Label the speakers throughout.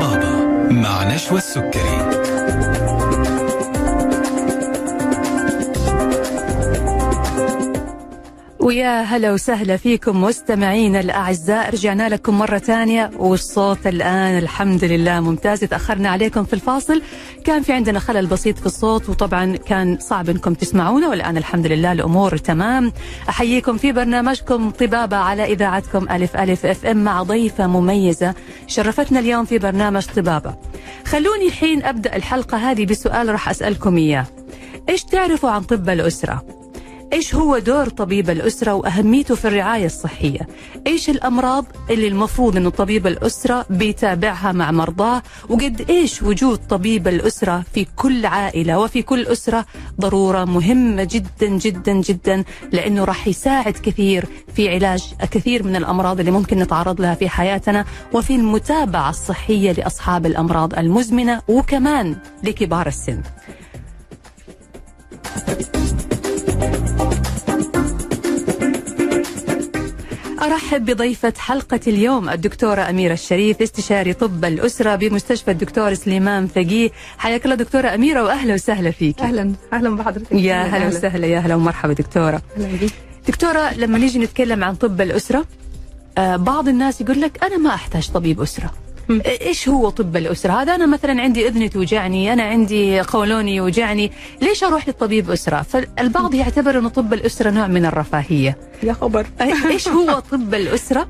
Speaker 1: بابا مع نشوى السكري
Speaker 2: ويا هلا وسهلا فيكم مستمعين الأعزاء رجعنا لكم مرة ثانية والصوت الآن الحمد لله ممتاز تأخرنا عليكم في الفاصل كان في عندنا خلل بسيط في الصوت وطبعا كان صعب أنكم تسمعونا والآن الحمد لله الأمور تمام أحييكم في برنامجكم طبابة على إذاعتكم ألف ألف اف ام مع ضيفة مميزة شرفتنا اليوم في برنامج طبابة خلوني الحين أبدأ الحلقة هذه بسؤال راح أسألكم إياه إيش تعرفوا عن طب الأسرة؟ ايش هو دور طبيب الاسره واهميته في الرعايه الصحيه؟ ايش الامراض اللي المفروض انه طبيب الاسره بيتابعها مع مرضاه؟ وقد ايش وجود طبيب الاسره في كل عائله وفي كل اسره ضروره مهمه جدا جدا جدا لانه راح يساعد كثير في علاج كثير من الامراض اللي ممكن نتعرض لها في حياتنا وفي المتابعه الصحيه لاصحاب الامراض المزمنه وكمان لكبار السن. أرحب بضيفة حلقة اليوم الدكتورة أميرة الشريف استشاري طب الأسرة بمستشفى الدكتور سليمان فقيه حياك الله دكتورة أميرة وأهلا وسهلا فيك
Speaker 3: اهلا اهلا بحضرتك
Speaker 2: يا هلا وسهلا يا هلا ومرحبا دكتورة
Speaker 3: اهلا بيك
Speaker 2: دكتورة لما نيجي نتكلم عن طب الأسرة آه، بعض الناس يقول لك أنا ما أحتاج طبيب أسرة
Speaker 3: مم.
Speaker 2: ايش هو طب الاسره؟ هذا انا مثلا عندي اذني توجعني، انا عندي قولوني يوجعني، ليش اروح للطبيب اسره؟ فالبعض يعتبر انه طب الاسره نوع من الرفاهيه،
Speaker 3: يا خبر
Speaker 2: ايش هو طب الاسره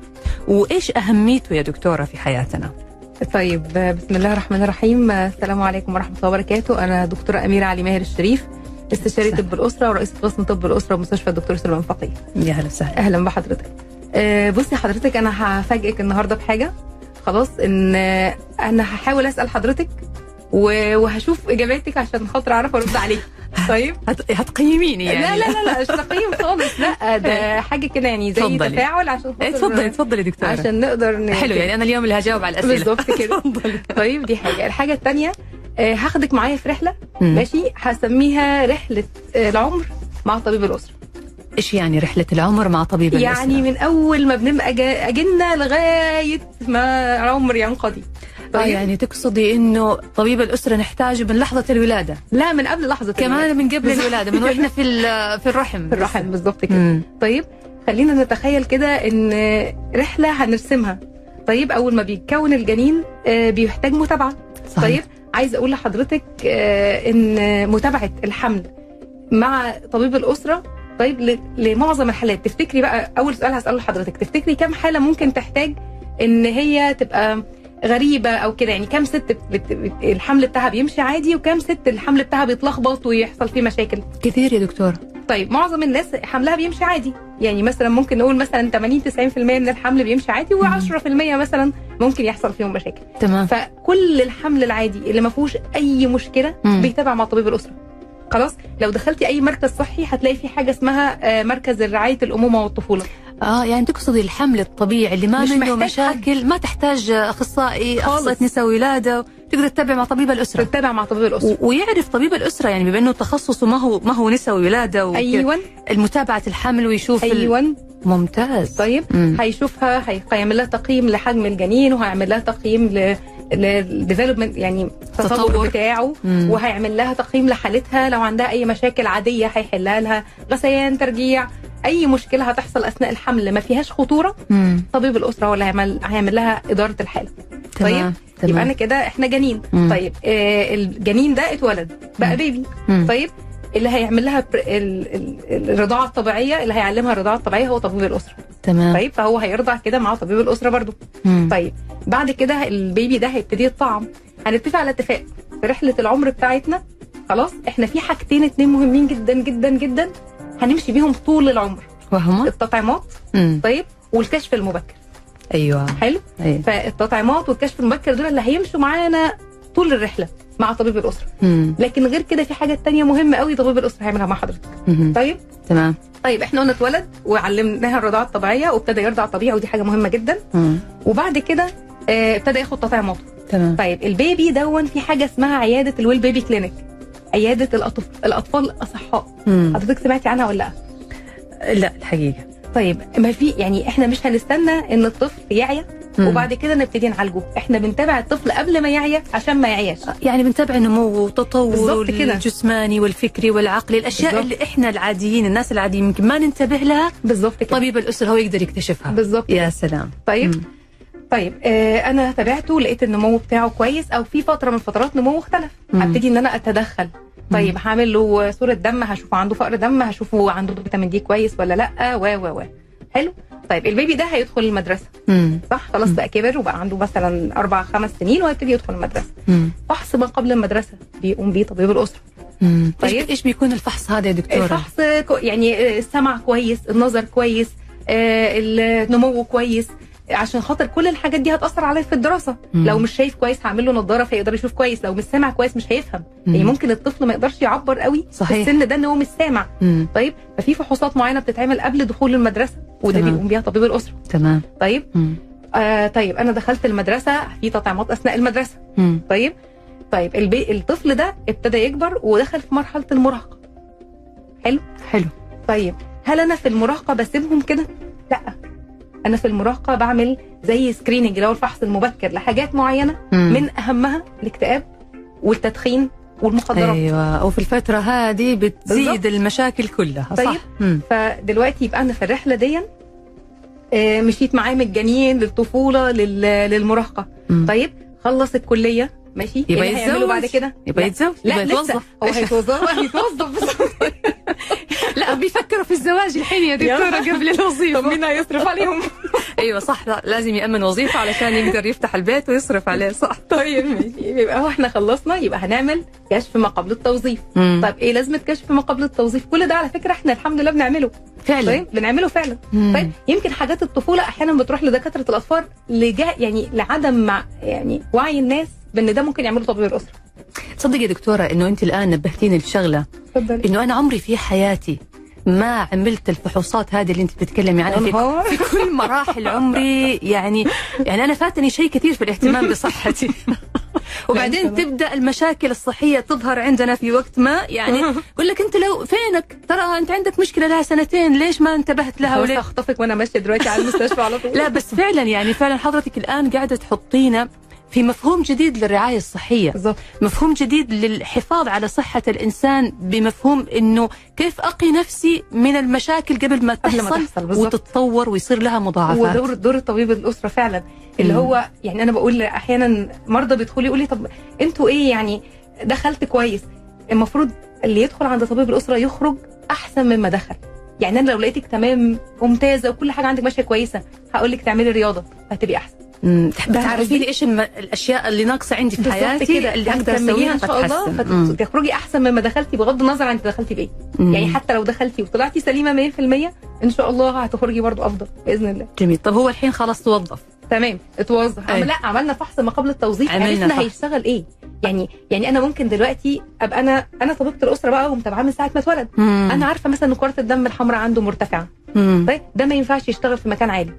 Speaker 2: وايش اهميته يا دكتوره في حياتنا
Speaker 3: طيب بسم الله الرحمن الرحيم السلام عليكم ورحمه الله وبركاته انا دكتوره اميره علي ماهر الشريف استشاري
Speaker 2: سهلا.
Speaker 3: طب الاسره ورئيسه قسم طب الاسره بمستشفى الدكتور سليمان فقيه
Speaker 2: يا هلا وسهلا
Speaker 3: اهلا بحضرتك آه، بصي حضرتك انا هفاجئك النهارده بحاجه خلاص ان آه، انا هحاول اسال حضرتك و- وهشوف اجاباتك عشان خاطر اعرف ارد عليك طيب
Speaker 2: هت... هتقيميني يعني
Speaker 3: لا لا لا لا مش تقييم خالص لا ده حاجه كده يعني زي
Speaker 2: اتفضلي.
Speaker 3: تفاعل عشان خاطر
Speaker 2: اتفضلي اتفضلي دكتوره
Speaker 3: عشان نقدر ن-
Speaker 2: حلو يعني انا اليوم اللي هجاوب على الاسئله
Speaker 3: بالظبط كده
Speaker 2: تفضلي
Speaker 3: طيب دي حاجه الحاجه الثانيه آه، هاخدك معايا في رحله ماشي هسميها رحله آه، العمر مع طبيب الاسره
Speaker 2: ايش يعني رحله العمر مع طبيب
Speaker 3: يعني من اول ما بنبقى جا- اجلنا لغايه ما العمر ينقضي طيب؟
Speaker 2: آه يعني تقصدي انه طبيب الاسره نحتاجه من لحظه الولاده
Speaker 3: لا من قبل لحظه
Speaker 2: كمان من قبل
Speaker 3: بالظبط.
Speaker 2: الولاده من واحنا في ال- في الرحم
Speaker 3: في الرحم بالظبط كده
Speaker 2: مم.
Speaker 3: طيب خلينا نتخيل كده ان رحله هنرسمها طيب اول ما بيتكون الجنين آه، بيحتاج متابعه
Speaker 2: صحيح.
Speaker 3: طيب عايز اقول لحضرتك آه، ان متابعه الحمل مع طبيب الاسره طيب ل- لمعظم الحالات تفتكري بقى اول سؤال هساله لحضرتك تفتكري كم حاله ممكن تحتاج ان هي تبقى غريبه او كده يعني كم ست بت... بت... الحمل بتاعها بيمشي عادي وكم ست الحمل بتاعها بيتلخبط ويحصل فيه مشاكل
Speaker 2: كثير يا دكتوره
Speaker 3: طيب معظم الناس حملها بيمشي عادي يعني مثلا ممكن نقول مثلا 80 90% من الحمل بيمشي عادي و10% مثلا ممكن يحصل فيهم مشاكل
Speaker 2: تمام
Speaker 3: فكل الحمل العادي اللي ما فيهوش اي مشكله
Speaker 2: مم.
Speaker 3: بيتابع مع طبيب الاسره خلاص لو دخلتي اي مركز صحي هتلاقي في حاجه اسمها آه، مركز رعايه الامومه والطفوله
Speaker 2: اه يعني تقصدي الحمل الطبيعي اللي ما
Speaker 3: مش
Speaker 2: منه
Speaker 3: محتاج
Speaker 2: مشاكل ما تحتاج اخصائي اخصائيه
Speaker 3: خالص.
Speaker 2: نساء ولاده تقدر تتابع مع طبيب الاسره
Speaker 3: تتابع مع طبيب الاسره
Speaker 2: نعم. و- ويعرف طبيب الاسره يعني بما انه تخصصه ما هو ما هو نساء ولاده وكده.
Speaker 3: ايوه
Speaker 2: المتابعه الحمل ويشوف ال-
Speaker 3: ايوه
Speaker 2: ممتاز
Speaker 3: طيب
Speaker 2: مم.
Speaker 3: هيشوفها هي- هيعمل لها تقييم لحجم الجنين وهيعمل لها تقييم ل للديفلوبمنت يعني
Speaker 2: تطور.
Speaker 3: التطور بتاعه
Speaker 2: مم.
Speaker 3: وهيعمل لها تقييم لحالتها لو عندها اي مشاكل عاديه هيحلها لها غثيان ترجيع اي مشكله هتحصل اثناء الحمل ما فيهاش خطوره
Speaker 2: مم.
Speaker 3: طبيب الاسره هو اللي هيعمل هيعمل لها اداره الحاله
Speaker 2: تمام
Speaker 3: طيب يبقى انا
Speaker 2: تمام
Speaker 3: كده احنا جنين
Speaker 2: مم.
Speaker 3: طيب آه الجنين ده اتولد
Speaker 2: مم.
Speaker 3: بقى بيبي
Speaker 2: مم.
Speaker 3: طيب اللي هيعمل لها بر- ال- ال- الرضاعه الطبيعيه اللي هيعلمها الرضاعه الطبيعيه هو طبيب الاسره
Speaker 2: تمام
Speaker 3: طيب فهو هيرضع كده مع طبيب الاسره برضو
Speaker 2: مم.
Speaker 3: طيب بعد كده البيبي ده هيبتدي يتطعم هنتفق على اتفاق في رحله العمر بتاعتنا خلاص احنا في حاجتين اتنين مهمين جدا جدا جدا هنمشي بيهم طول العمر
Speaker 2: وهما
Speaker 3: التطعيمات
Speaker 2: مم.
Speaker 3: طيب والكشف المبكر
Speaker 2: ايوه
Speaker 3: حلو
Speaker 2: ايوه
Speaker 3: فالتطعيمات والكشف المبكر دول اللي هيمشوا معانا طول الرحله مع طبيب الاسره
Speaker 2: مم.
Speaker 3: لكن غير كده في حاجه تانية مهمه قوي طبيب الاسره هيعملها مع حضرتك
Speaker 2: مم.
Speaker 3: طيب
Speaker 2: تمام
Speaker 3: طيب احنا قلنا اتولد وعلمناها الرضاعه الطبيعيه وابتدى يرضع طبيعي ودي حاجه مهمه جدا
Speaker 2: مم.
Speaker 3: وبعد كده آه، ابتدى ياخد تطعيماته
Speaker 2: تمام
Speaker 3: طيب البيبي دون في حاجه اسمها عياده الويل بيبي كلينيك عياده الاطفال الاطفال الاصحاء
Speaker 2: مم.
Speaker 3: حضرتك سمعتي عنها ولا لا
Speaker 2: لا الحقيقه
Speaker 3: طيب ما في يعني احنا مش هنستنى ان الطفل يعيا
Speaker 2: مم.
Speaker 3: وبعد كده نبتدي نعالجه احنا بنتابع الطفل قبل ما يعيا عشان ما يعياش
Speaker 2: يعني بنتابع نموه وتطوره
Speaker 3: بالظبط كده.
Speaker 2: الجسماني والفكري والعقلي الاشياء
Speaker 3: بالظبط.
Speaker 2: اللي احنا العاديين الناس العاديين يمكن ما ننتبه لها
Speaker 3: بالظبط كده
Speaker 2: طبيب الاسره هو يقدر يكتشفها
Speaker 3: بالظبط
Speaker 2: يا سلام
Speaker 3: طيب
Speaker 2: إيه. مم.
Speaker 3: طيب آه انا تابعته لقيت النمو بتاعه كويس او في فتره من فترات نموه اختلف
Speaker 2: مم.
Speaker 3: هبتدي ان انا اتدخل طيب هعمل له صوره دم هشوفه عنده فقر دم هشوفه عنده فيتامين دي كويس ولا لا و و و حلو طيب البيبي ده هيدخل المدرسه
Speaker 2: مم.
Speaker 3: صح خلاص
Speaker 2: مم.
Speaker 3: بقى كبر وبقى عنده مثلا اربع خمس سنين وهيبتدي يدخل المدرسه
Speaker 2: مم.
Speaker 3: فحص ما قبل المدرسه بيقوم بيه طبيب الاسره
Speaker 2: مم.
Speaker 3: طيب.
Speaker 2: ايش ايش بيكون الفحص هذا يا دكتوره؟
Speaker 3: الفحص إيه، كو- يعني آه، السمع كويس النظر كويس آه، النمو كويس عشان خاطر كل الحاجات دي هتاثر عليه في الدراسه
Speaker 2: مم.
Speaker 3: لو مش شايف كويس هعمل له نظاره فيقدر يشوف كويس لو مش سامع كويس مش هيفهم
Speaker 2: مم.
Speaker 3: يعني ممكن الطفل ما يقدرش يعبر قوي
Speaker 2: صحيح.
Speaker 3: في السن ده ان هو مش سامع
Speaker 2: مم.
Speaker 3: طيب ففي فحوصات معينه بتتعمل قبل دخول المدرسه وده
Speaker 2: تمام.
Speaker 3: بيقوم بيها طبيب الاسره
Speaker 2: تمام
Speaker 3: طيب
Speaker 2: مم.
Speaker 3: آه طيب انا دخلت المدرسه في تطعيمات اثناء المدرسه
Speaker 2: مم.
Speaker 3: طيب طيب البي... الطفل ده ابتدى يكبر ودخل في مرحله المراهقه
Speaker 2: حلو
Speaker 3: طيب هل انا في المراهقه بسيبهم كده؟ لا انا في المراهقه بعمل زي سكريننج اللي هو الفحص المبكر لحاجات معينه
Speaker 2: مم.
Speaker 3: من اهمها الاكتئاب والتدخين والمخدرات أيوة.
Speaker 2: ايوه وفي الفتره هذه بتزيد
Speaker 3: بالضبط.
Speaker 2: المشاكل كلها
Speaker 3: طيب.
Speaker 2: صح مم.
Speaker 3: فدلوقتي يبقى انا في الرحله دي آه، مشيت معاه من الجنين للطفوله لل- للمراهقه
Speaker 2: مم.
Speaker 3: طيب خلص الكليه ماشي إيه
Speaker 2: يبقى
Speaker 3: اللي هيعمله
Speaker 2: يتزوج.
Speaker 3: بعد كده
Speaker 2: يبقى
Speaker 3: لا.
Speaker 2: يتزوج يبقى
Speaker 3: لا لسه
Speaker 2: يتوظف
Speaker 3: هو هيتوظف هيتوظف
Speaker 2: لا بيفكروا في الزواج الحين يا دكتوره قبل
Speaker 3: طب
Speaker 2: الوظيفه
Speaker 3: مين هيصرف عليهم
Speaker 2: ايوه صح لا لازم يامن وظيفه علشان يقدر يفتح البيت ويصرف عليه صح
Speaker 3: طيب ماشي يبقى هو احنا خلصنا يبقى هنعمل كشف ما قبل التوظيف
Speaker 2: مم.
Speaker 3: طيب ايه لازمه كشف ما قبل التوظيف كل ده على فكره احنا الحمد لله بنعمله
Speaker 2: فعلا
Speaker 3: طيب بنعمله فعلا
Speaker 2: مم.
Speaker 3: طيب يمكن حاجات الطفوله احيانا بتروح لدكاتره الاطفال لجا يعني لعدم مع يعني وعي الناس بان ده ممكن يعمله طبيب الاسره
Speaker 2: تصدق يا دكتوره انه انت الان نبهتيني لشغله
Speaker 3: اتفضلي
Speaker 2: انه انا عمري في حياتي ما عملت الفحوصات هذه اللي انت بتتكلمي عنها في
Speaker 3: هو
Speaker 2: في كل مراحل عمري يعني يعني انا فاتني شيء كثير في الاهتمام بصحتي وبعدين
Speaker 3: لا، إن
Speaker 2: تبدا المشاكل الصحيه تظهر عندنا في وقت ما يعني يقول لك انت لو فينك ترى انت عندك مشكله لها سنتين ليش ما انتبهت لها
Speaker 3: خلاص
Speaker 2: وليه
Speaker 3: هخطفك وانا ماشيه دلوقتي على المستشفى على طول
Speaker 2: لا بس فعلا يعني فعلا حضرتك الان قاعده تحطينا في مفهوم جديد للرعايه الصحيه
Speaker 3: بالظبط
Speaker 2: مفهوم جديد للحفاظ على صحة الإنسان بمفهوم إنه كيف أقي نفسي من المشاكل قبل ما
Speaker 3: قبل ما
Speaker 2: تحصل,
Speaker 3: تحصل، بالضبط.
Speaker 2: وتتطور ويصير لها مضاعفات
Speaker 3: ودور دور طبيب الاسره فعلا اللي
Speaker 2: مم.
Speaker 3: هو يعني انا بقول احيانا مرضى بيدخلوا يقول لي طب انتوا ايه يعني دخلت كويس المفروض اللي يدخل عند طبيب الاسره يخرج احسن مما دخل يعني انا لو لقيتك تمام ممتازه وكل حاجه عندك ماشيه كويسه هقول لك تعملي رياضه هتبقي احسن
Speaker 2: مم، تحب
Speaker 3: فاهمة
Speaker 2: تعرفي لي إيش الم- الأسياء اللي ناقصة عندي في حياتي اللي أقدر أسويها
Speaker 3: ان شاء الله
Speaker 2: فتحسن. مم،
Speaker 3: فتخرجي احسن مما دخلتي بغض النظر عن انت دخلتي بايه
Speaker 2: مم.
Speaker 3: يعني حتى لو دخلتي وطلعتي سليمه 100% ان شاء الله هتخرجي برضو افضل باذن الله
Speaker 2: جميل طب هو الحين خلاص توظف
Speaker 3: تمام اتوظف
Speaker 2: أيوة.
Speaker 3: عمل لا عملنا فحص ما قبل التوظيف
Speaker 2: عملنا
Speaker 3: عرفنا
Speaker 2: فحص.
Speaker 3: هيشتغل ايه يعني يعني انا ممكن دلوقتي ابقى انا انا طبيبه الاسره بقى ومتابعاه من ساعه ما اتولد انا
Speaker 2: أنا
Speaker 3: عارفه مثلا ان كره الدم الحمراء عنده مرتفعه طيب ده ما ينفعش يشتغل في مكان عالي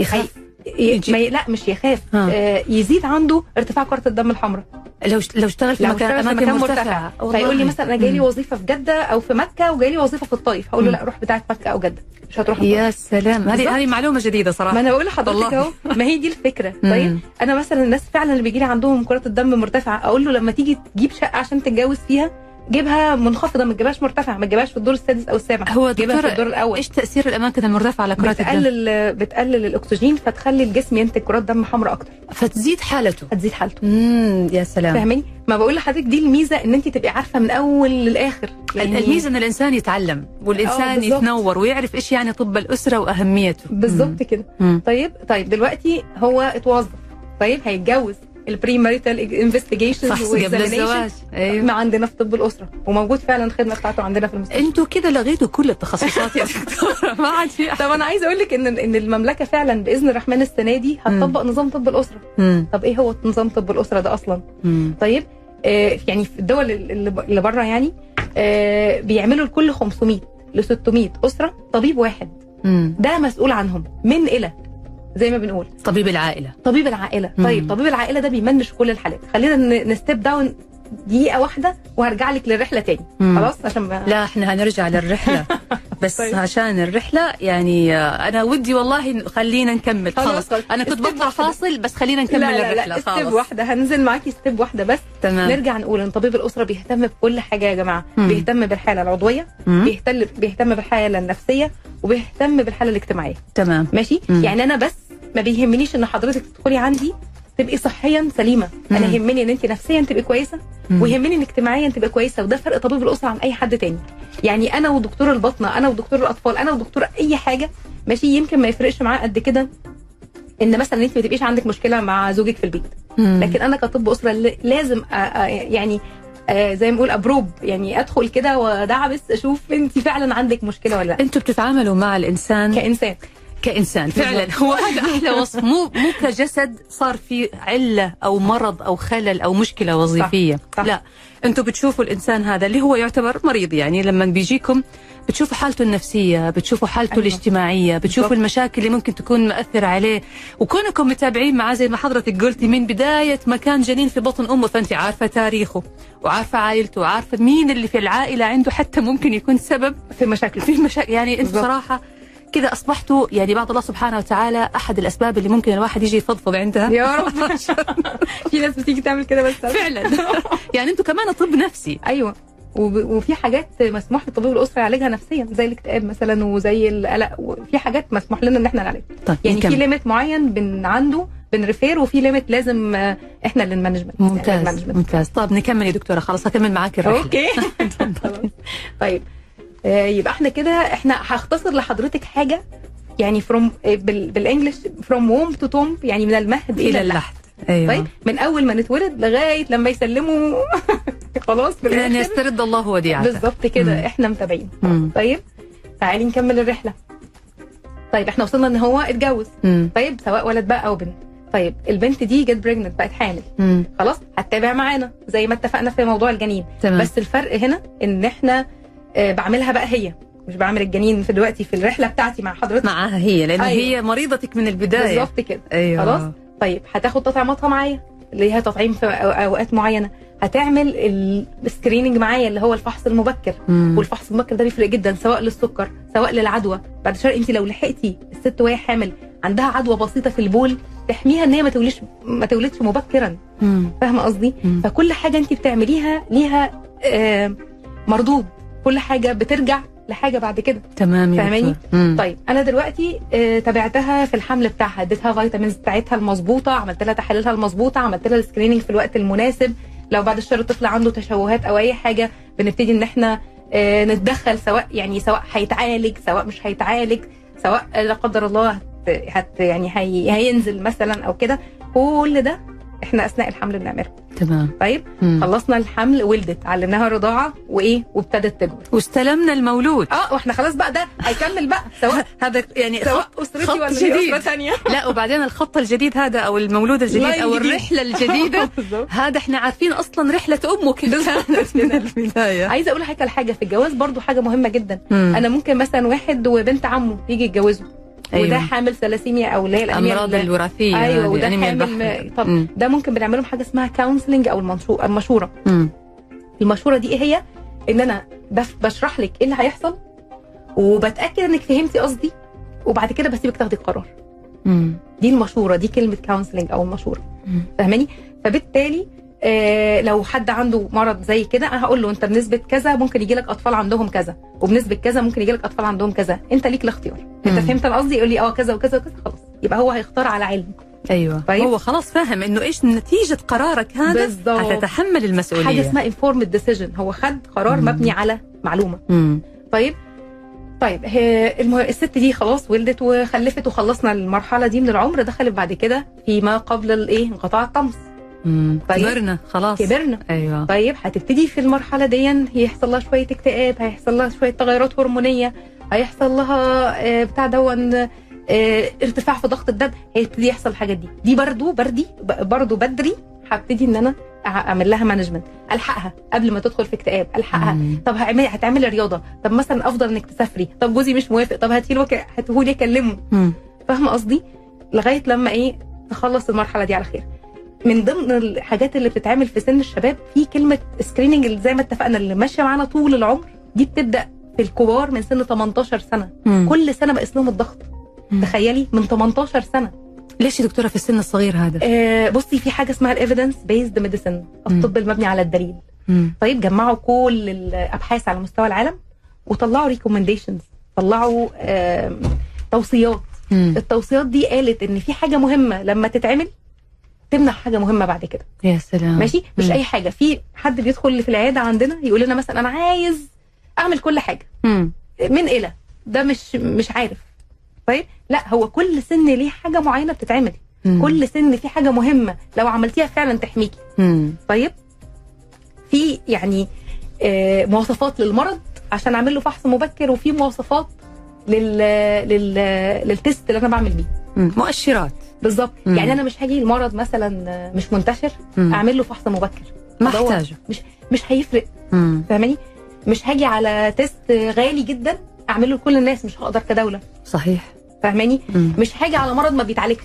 Speaker 2: يخاف
Speaker 3: ي-
Speaker 2: يجي.
Speaker 3: ما ي- لا مش يخاف
Speaker 2: ها.
Speaker 3: آه يزيد عنده ارتفاع كره الدم الحمراء
Speaker 2: لو لو اشتغل في
Speaker 3: لو
Speaker 2: مكان
Speaker 3: اشتغل في
Speaker 2: أماكن
Speaker 3: مكان طيب،
Speaker 2: مرتفعة والله.
Speaker 3: فيقول لي مثلا انا جاي لي
Speaker 2: مم.
Speaker 3: وظيفه في جده او في مكه وجاي لي وظيفه في الطائف هقول له
Speaker 2: مم.
Speaker 3: لا روح بتاعه مكه او جده مش هتروح الطائف.
Speaker 2: يا سلام
Speaker 3: بالظبط.
Speaker 2: هذه هذه معلومة جديدة
Speaker 3: ما
Speaker 2: صراحة
Speaker 3: انا بقول لحضرتك
Speaker 2: آه. والله.
Speaker 3: اهو ما هي دي الفكره
Speaker 2: مم.
Speaker 3: طيب انا مثلا الناس فعلا اللي بيجي لي عندهم كره الدم مرتفعه اقول له لما تيجي تجيب شقه عشان تتجوز فيها جيبها منخفضه ما تجيبهاش مرتفعه ما تجيبهاش في الدور السادس او السابع
Speaker 2: هو
Speaker 3: جيبها في
Speaker 2: دكتور
Speaker 3: الدور الاول
Speaker 2: ايش تاثير الاماكن المرتفعه على كرات الدم؟
Speaker 3: بتقلل بتقلل الاكسجين فتخلي الجسم ينتج كرات دم حمراء اكتر
Speaker 2: فتزيد حالته
Speaker 3: هتزيد حالته
Speaker 2: امم يا سلام
Speaker 3: فاهماني ما بقول لحضرتك دي الميزه ان انت تبقي عارفه من اول للاخر
Speaker 2: يعني الميزه ان الانسان يتعلم والانسان
Speaker 3: آه، بالظبط.
Speaker 2: يتنور ويعرف ايش يعني طب الاسره واهميته
Speaker 3: بالظبط كده
Speaker 2: مم.
Speaker 3: طيب طيب دلوقتي هو اتوظف طيب هيتجوز البري ماريتال انفستيجيشن
Speaker 2: فحص قبل الزواج ايوه
Speaker 3: ما عندنا في طب الاسره وموجود فعلا الخدمه بتاعته عندنا في المستشفى
Speaker 2: انتوا كده لغيتوا كل التخصصات يا دكتوره ما عاد في
Speaker 3: طب انا عايزه اقول لك ان ان المملكه فعلا باذن الرحمن السنه دي هتطبق نظام طب الاسره
Speaker 2: مم.
Speaker 3: طب ايه هو نظام طب الاسره ده اصلا
Speaker 2: مم.
Speaker 3: طيب آه يعني في الدول اللي اللي بره يعني آه بيعملوا لكل 500 ل 600 اسره طبيب واحد
Speaker 2: مم.
Speaker 3: ده مسؤول عنهم من الى زي ما بنقول
Speaker 2: طبيب العائله
Speaker 3: طبيب العائله
Speaker 2: مم.
Speaker 3: طيب طبيب العائله ده بيمنش كل الحالات خلينا ن- نستيب داون دقيقه واحده وهرجع لك للرحله تاني
Speaker 2: مم.
Speaker 3: خلاص عشان ما
Speaker 2: لا احنا هنرجع للرحله بس
Speaker 3: طيب.
Speaker 2: عشان الرحله يعني آه، انا ودي والله خلينا نكمل
Speaker 3: خلاص،
Speaker 2: خلاص
Speaker 3: خلاص.
Speaker 2: انا كنت
Speaker 3: استيب
Speaker 2: بطلع
Speaker 3: واحدة.
Speaker 2: فاصل بس خلينا نكمل
Speaker 3: لا لا
Speaker 2: الرحله
Speaker 3: لا ستيب
Speaker 2: خلاص
Speaker 3: واحده هنزل معاكي ستيب واحده بس
Speaker 2: تمام
Speaker 3: نرجع نقول ان طبيب الاسره بيهتم بكل حاجه يا جماعه
Speaker 2: آه. مم.
Speaker 3: بيهتم بالحاله العضويه
Speaker 2: مم.
Speaker 3: بيهتم بيهتم بالحاله النفسيه وبيهتم بالحاله الاجتماعيه
Speaker 2: تمام
Speaker 3: ماشي
Speaker 2: مم.
Speaker 3: يعني انا بس ما بيهمنيش ان حضرتك تدخلي عندي تبقي صحيا سليمه انا
Speaker 2: مم.
Speaker 3: يهمني ان انت نفسيا تبقي كويسه
Speaker 2: مم.
Speaker 3: ويهمني ان اجتماعيا تبقى كويسه وده فرق طبيب الاسره عن اي حد تاني يعني انا ودكتور الباطنه انا ودكتور الاطفال انا ودكتور اي حاجه ماشي يمكن ما يفرقش معاه قد كده ان مثلا انت ما تبقيش عندك مشكله مع زوجك في البيت
Speaker 2: مم.
Speaker 3: لكن انا كطب اسره ل- لازم أ- أ- يعني آه، زي ما بقول ابروب يعني ادخل كده وادعبس اشوف انت فعلا عندك مشكله ولا لا
Speaker 2: انتوا بتتعاملوا مع الانسان
Speaker 3: كانسان
Speaker 2: كانسان فعلا هو هذا احلى وصف مو مو كجسد صار في عله او مرض او خلل او مشكله وظيفيه
Speaker 3: صح.
Speaker 2: لا انتم بتشوفوا الانسان هذا اللي هو يعتبر مريض يعني لما بيجيكم بتشوفوا حالته النفسية بتشوفوا حالته أيوة.
Speaker 3: أيوة.
Speaker 2: الاجتماعية بتشوفوا
Speaker 3: بالضبط.
Speaker 2: المشاكل اللي ممكن تكون مأثرة عليه وكونكم متابعين معاه زي ما حضرتك قلتي من بداية ما كان جنين في بطن أمه فأنت عارفة تاريخه وعارفة عائلته وعارفة مين اللي في العائلة عنده حتى ممكن يكون سبب
Speaker 3: في مشاكل
Speaker 2: في مشاكل يعني انتم
Speaker 3: بالضبط.
Speaker 2: صراحه كذا اصبحتوا يعني بعد الله سبحانه وتعالى احد الاسباب اللي ممكن الواحد يجي يفضفض عندها
Speaker 3: يا رب في ناس بتيجي تعمل كده بس
Speaker 2: فعلا يعني انتم كمان طب نفسي
Speaker 3: ايوه وب- وفي حاجات مسموح لطبيب الاسره يعالجها نفسيا زي الاكتئاب مثلا وزي القلق وفي حاجات مسموح لنا ان احنا نعالجها
Speaker 2: طيب
Speaker 3: يعني في
Speaker 2: نكمل.
Speaker 3: ليميت معين بن عنده بنريفير وفي ليميت لازم آه، يعني احنا اللي نمانجمنت
Speaker 2: ممتاز
Speaker 3: نعم.
Speaker 2: ممتاز طب نكمل يا دكتوره خلاص هكمل معاك الرحله
Speaker 3: اوكي خلاص. طيب آه، يبقى احنا كده احنا هختصر لحضرتك حاجه يعني فروم بالانجلش فروم ووم تو توم يعني من المهد
Speaker 2: الى
Speaker 3: الى اللحم
Speaker 2: اللحد ايوه
Speaker 3: طيب من اول ما نتولد لغايه لما يسلموا خلاص في
Speaker 2: لان
Speaker 3: الآخر.
Speaker 2: يعني يسترد الله وديعته
Speaker 3: بالظبط
Speaker 2: مم.
Speaker 3: كده احنا متابعين
Speaker 2: مم.
Speaker 3: طيب تعالي نكمل الرحله طيب احنا وصلنا ان هو اتجوز
Speaker 2: مم.
Speaker 3: طيب سواء ولد بقى او بنت طيب البنت دي جت بريجنت بقت حامل
Speaker 2: مم.
Speaker 3: خلاص هتتابع معانا زي ما اتفقنا في موضوع الجنين
Speaker 2: تمام
Speaker 3: بس الفرق هنا ان احنا آه، بعملها بقى هي مش بعمل الجنين في دلوقتي في الرحله بتاعتي مع حضرتك
Speaker 2: معاها هي لان
Speaker 3: أيوة.
Speaker 2: هي مريضتك من البدايه
Speaker 3: بالظبط كده
Speaker 2: ايوه
Speaker 3: خلاص؟ طيب هتاخد تطعيماتها معايا ليها تطعيم في أو- اوقات معينه هتعمل السكريننج معايا اللي هو الفحص المبكر
Speaker 2: مم.
Speaker 3: والفحص المبكر ده بيفرق جدا سواء للسكر سواء للعدوى بعد شهر انت لو لحقتي الست وهي حامل عندها عدوى بسيطه في البول تحميها ان هي ما تولدش ما تولدش مبكرا
Speaker 2: مم.
Speaker 3: فاهمه قصدي
Speaker 2: مم.
Speaker 3: فكل حاجه انت بتعمليها ليها آه، مردود كل حاجه بترجع لحاجه بعد كده
Speaker 2: تمام يا
Speaker 3: فاهماني؟
Speaker 2: دكتورة. مم.
Speaker 3: طيب انا دلوقتي آه، تابعتها في الحمل بتاعها اديتها فيتامينز بتاعتها المظبوطه عملت لها تحاليلها المظبوطه عملت لها السكريننج في الوقت المناسب لو بعد الشهر الطفل عنده تشوهات او اي حاجه بنبتدي ان احنا آه، نتدخل سواء يعني سواء هيتعالج سواء مش هيتعالج سواء لا قدر الله هت هت- يعني هي هينزل مثلا او كده كل ده احنا اثناء الحمل بنعمله
Speaker 2: تمام
Speaker 3: طيب
Speaker 2: مم.
Speaker 3: خلصنا الحمل ولدت علمناها الرضاعه وايه وابتدت تكبر
Speaker 2: واستلمنا المولود
Speaker 3: اه واحنا خلاص بقى ده هيكمل بقى سواء
Speaker 2: هذا يعني
Speaker 3: سواء
Speaker 2: خط
Speaker 3: اسرتي ولا
Speaker 2: جديد.
Speaker 3: جديد. اسره ثانيه
Speaker 2: لا وبعدين الخط الجديد هذا او المولود الجديد
Speaker 3: لاين
Speaker 2: او
Speaker 3: جديد.
Speaker 2: الرحله الجديده هذا احنا عارفين اصلا رحله امه كيف كانت من البدايه
Speaker 3: عايزه اقول لحضرتك على حاجه في الجواز برضو حاجه مهمه جدا
Speaker 2: مم.
Speaker 3: انا ممكن مثلا واحد وبنت عمه يجي يتجوزوا أيوة. وده
Speaker 2: أيوة.
Speaker 3: حامل ثلاسيميا او اللي هي الأنيميا
Speaker 2: امراض
Speaker 3: ال-
Speaker 2: الوراثيه
Speaker 3: ايوه
Speaker 2: هذه،
Speaker 3: وده
Speaker 2: أنيميا
Speaker 3: حامل
Speaker 2: البحر.
Speaker 3: طب
Speaker 2: مم.
Speaker 3: ده ممكن بنعمل لهم حاجه اسمها كونسلنج او المنشو- المشوره
Speaker 2: مم.
Speaker 3: المشوره دي ايه هي ان انا بف- بشرح لك ايه اللي هيحصل وبتاكد انك فهمتي قصدي وبعد كده بسيبك تاخدي القرار
Speaker 2: مم.
Speaker 3: دي المشوره دي كلمه كونسلنج او المشوره
Speaker 2: مم.
Speaker 3: فاهماني فبالتالي آه لو حد عنده مرض زي كده انا هقول له انت بنسبه كذا ممكن يجي لك اطفال عندهم كذا وبنسبه كذا ممكن يجي لك اطفال عندهم كذا انت ليك الاختيار انت
Speaker 2: مم.
Speaker 3: فهمت انا قصدي يقول لي اه كذا وكذا وكذا خلاص يبقى هو هيختار على علم
Speaker 2: ايوه
Speaker 3: طيب.
Speaker 2: هو خلاص فاهم انه ايش نتيجه قرارك هذا
Speaker 3: بالضبط.
Speaker 2: هتتحمل
Speaker 3: حاجه
Speaker 2: المسؤوليه
Speaker 3: اسمها انفورمد ديسيجن هو خد قرار
Speaker 2: مم.
Speaker 3: مبني على معلومه
Speaker 2: مم.
Speaker 3: طيب طيب هي المه... الست دي خلاص ولدت وخلفت وخلصنا المرحله دي من العمر دخلت بعد كده فيما قبل الايه انقطاع الطمس
Speaker 2: مم.
Speaker 3: طيب.
Speaker 2: أمم. كبرنا خلاص
Speaker 3: كبرنا
Speaker 2: ايوه
Speaker 3: طيب هتبتدي في المرحله دي هيحصل لها شويه اكتئاب هيحصل لها شويه تغيرات هرمونيه هيحصل لها آه، بتاع دون آه، ارتفاع في ضغط الدم هيبتدي يحصل الحاجات دي دي برضو بردي ب- برضو بدري هبتدي ان انا أع- اعمل لها مانجمنت الحقها قبل ما تدخل في اكتئاب الحقها
Speaker 2: مم.
Speaker 3: طب هعمل هتعملي رياضه طب مثلا افضل انك تسافري طب جوزي مش موافق طب هاتي له هاتهولي اكلمه
Speaker 2: مم.
Speaker 3: فاهمه قصدي لغايه لما ايه تخلص المرحله إيه؟ دي على خير من ضمن الحاجات اللي بتتعمل في سن الشباب في كلمه سكريننج زي ما اتفقنا اللي ماشيه معانا طول العمر دي بتبدا في الكبار من سن 18 سنه
Speaker 2: مم.
Speaker 3: كل سنه بقيس لهم الضغط
Speaker 2: مم.
Speaker 3: تخيلي من 18 سنه
Speaker 2: أمم. ليش يا دكتوره في السن الصغير هذا؟
Speaker 3: آه بصي في حاجه اسمها الايفيدنس بيزد ميديسن الطب المبني على الدليل
Speaker 2: مم.
Speaker 3: طيب جمعوا كل الابحاث على مستوى العالم وطلعوا ريكومنديشنز طلعوا آم، توصيات
Speaker 2: مم.
Speaker 3: التوصيات دي قالت ان في حاجه مهمه لما تتعمل تمنع حاجه مهمه بعد كده
Speaker 2: يا سلام
Speaker 3: ماشي مش
Speaker 2: مم.
Speaker 3: اي حاجه في حد بيدخل في العياده عندنا يقول لنا مثلا انا عايز اعمل كل حاجه
Speaker 2: مم.
Speaker 3: من الى ده مش مش عارف طيب لا هو كل سن ليه حاجه معينه بتتعمل
Speaker 2: مم.
Speaker 3: كل سن فيه حاجه مهمه لو عملتيها فعلا تحميكي
Speaker 2: مم.
Speaker 3: طيب في يعني آه، مواصفات للمرض عشان اعمل له فحص مبكر وفي مواصفات لل لل للتست اللي انا بعمل بيه
Speaker 2: مم. مؤشرات
Speaker 3: بالظبط
Speaker 2: مم.
Speaker 3: يعني انا مش هاجي المرض مثلا آه، مش منتشر
Speaker 2: مم.
Speaker 3: اعمل له فحص مبكر
Speaker 2: ما
Speaker 3: أدور.
Speaker 2: احتاجه
Speaker 3: مش مش هيفرق
Speaker 2: مم.
Speaker 3: فاهماني مش هاجي على تيست غالي جدا اعمله لكل الناس مش هقدر كدوله
Speaker 2: صحيح
Speaker 3: فاهماني
Speaker 2: مم.
Speaker 3: مش هاجي على مرض ما بيتعالجش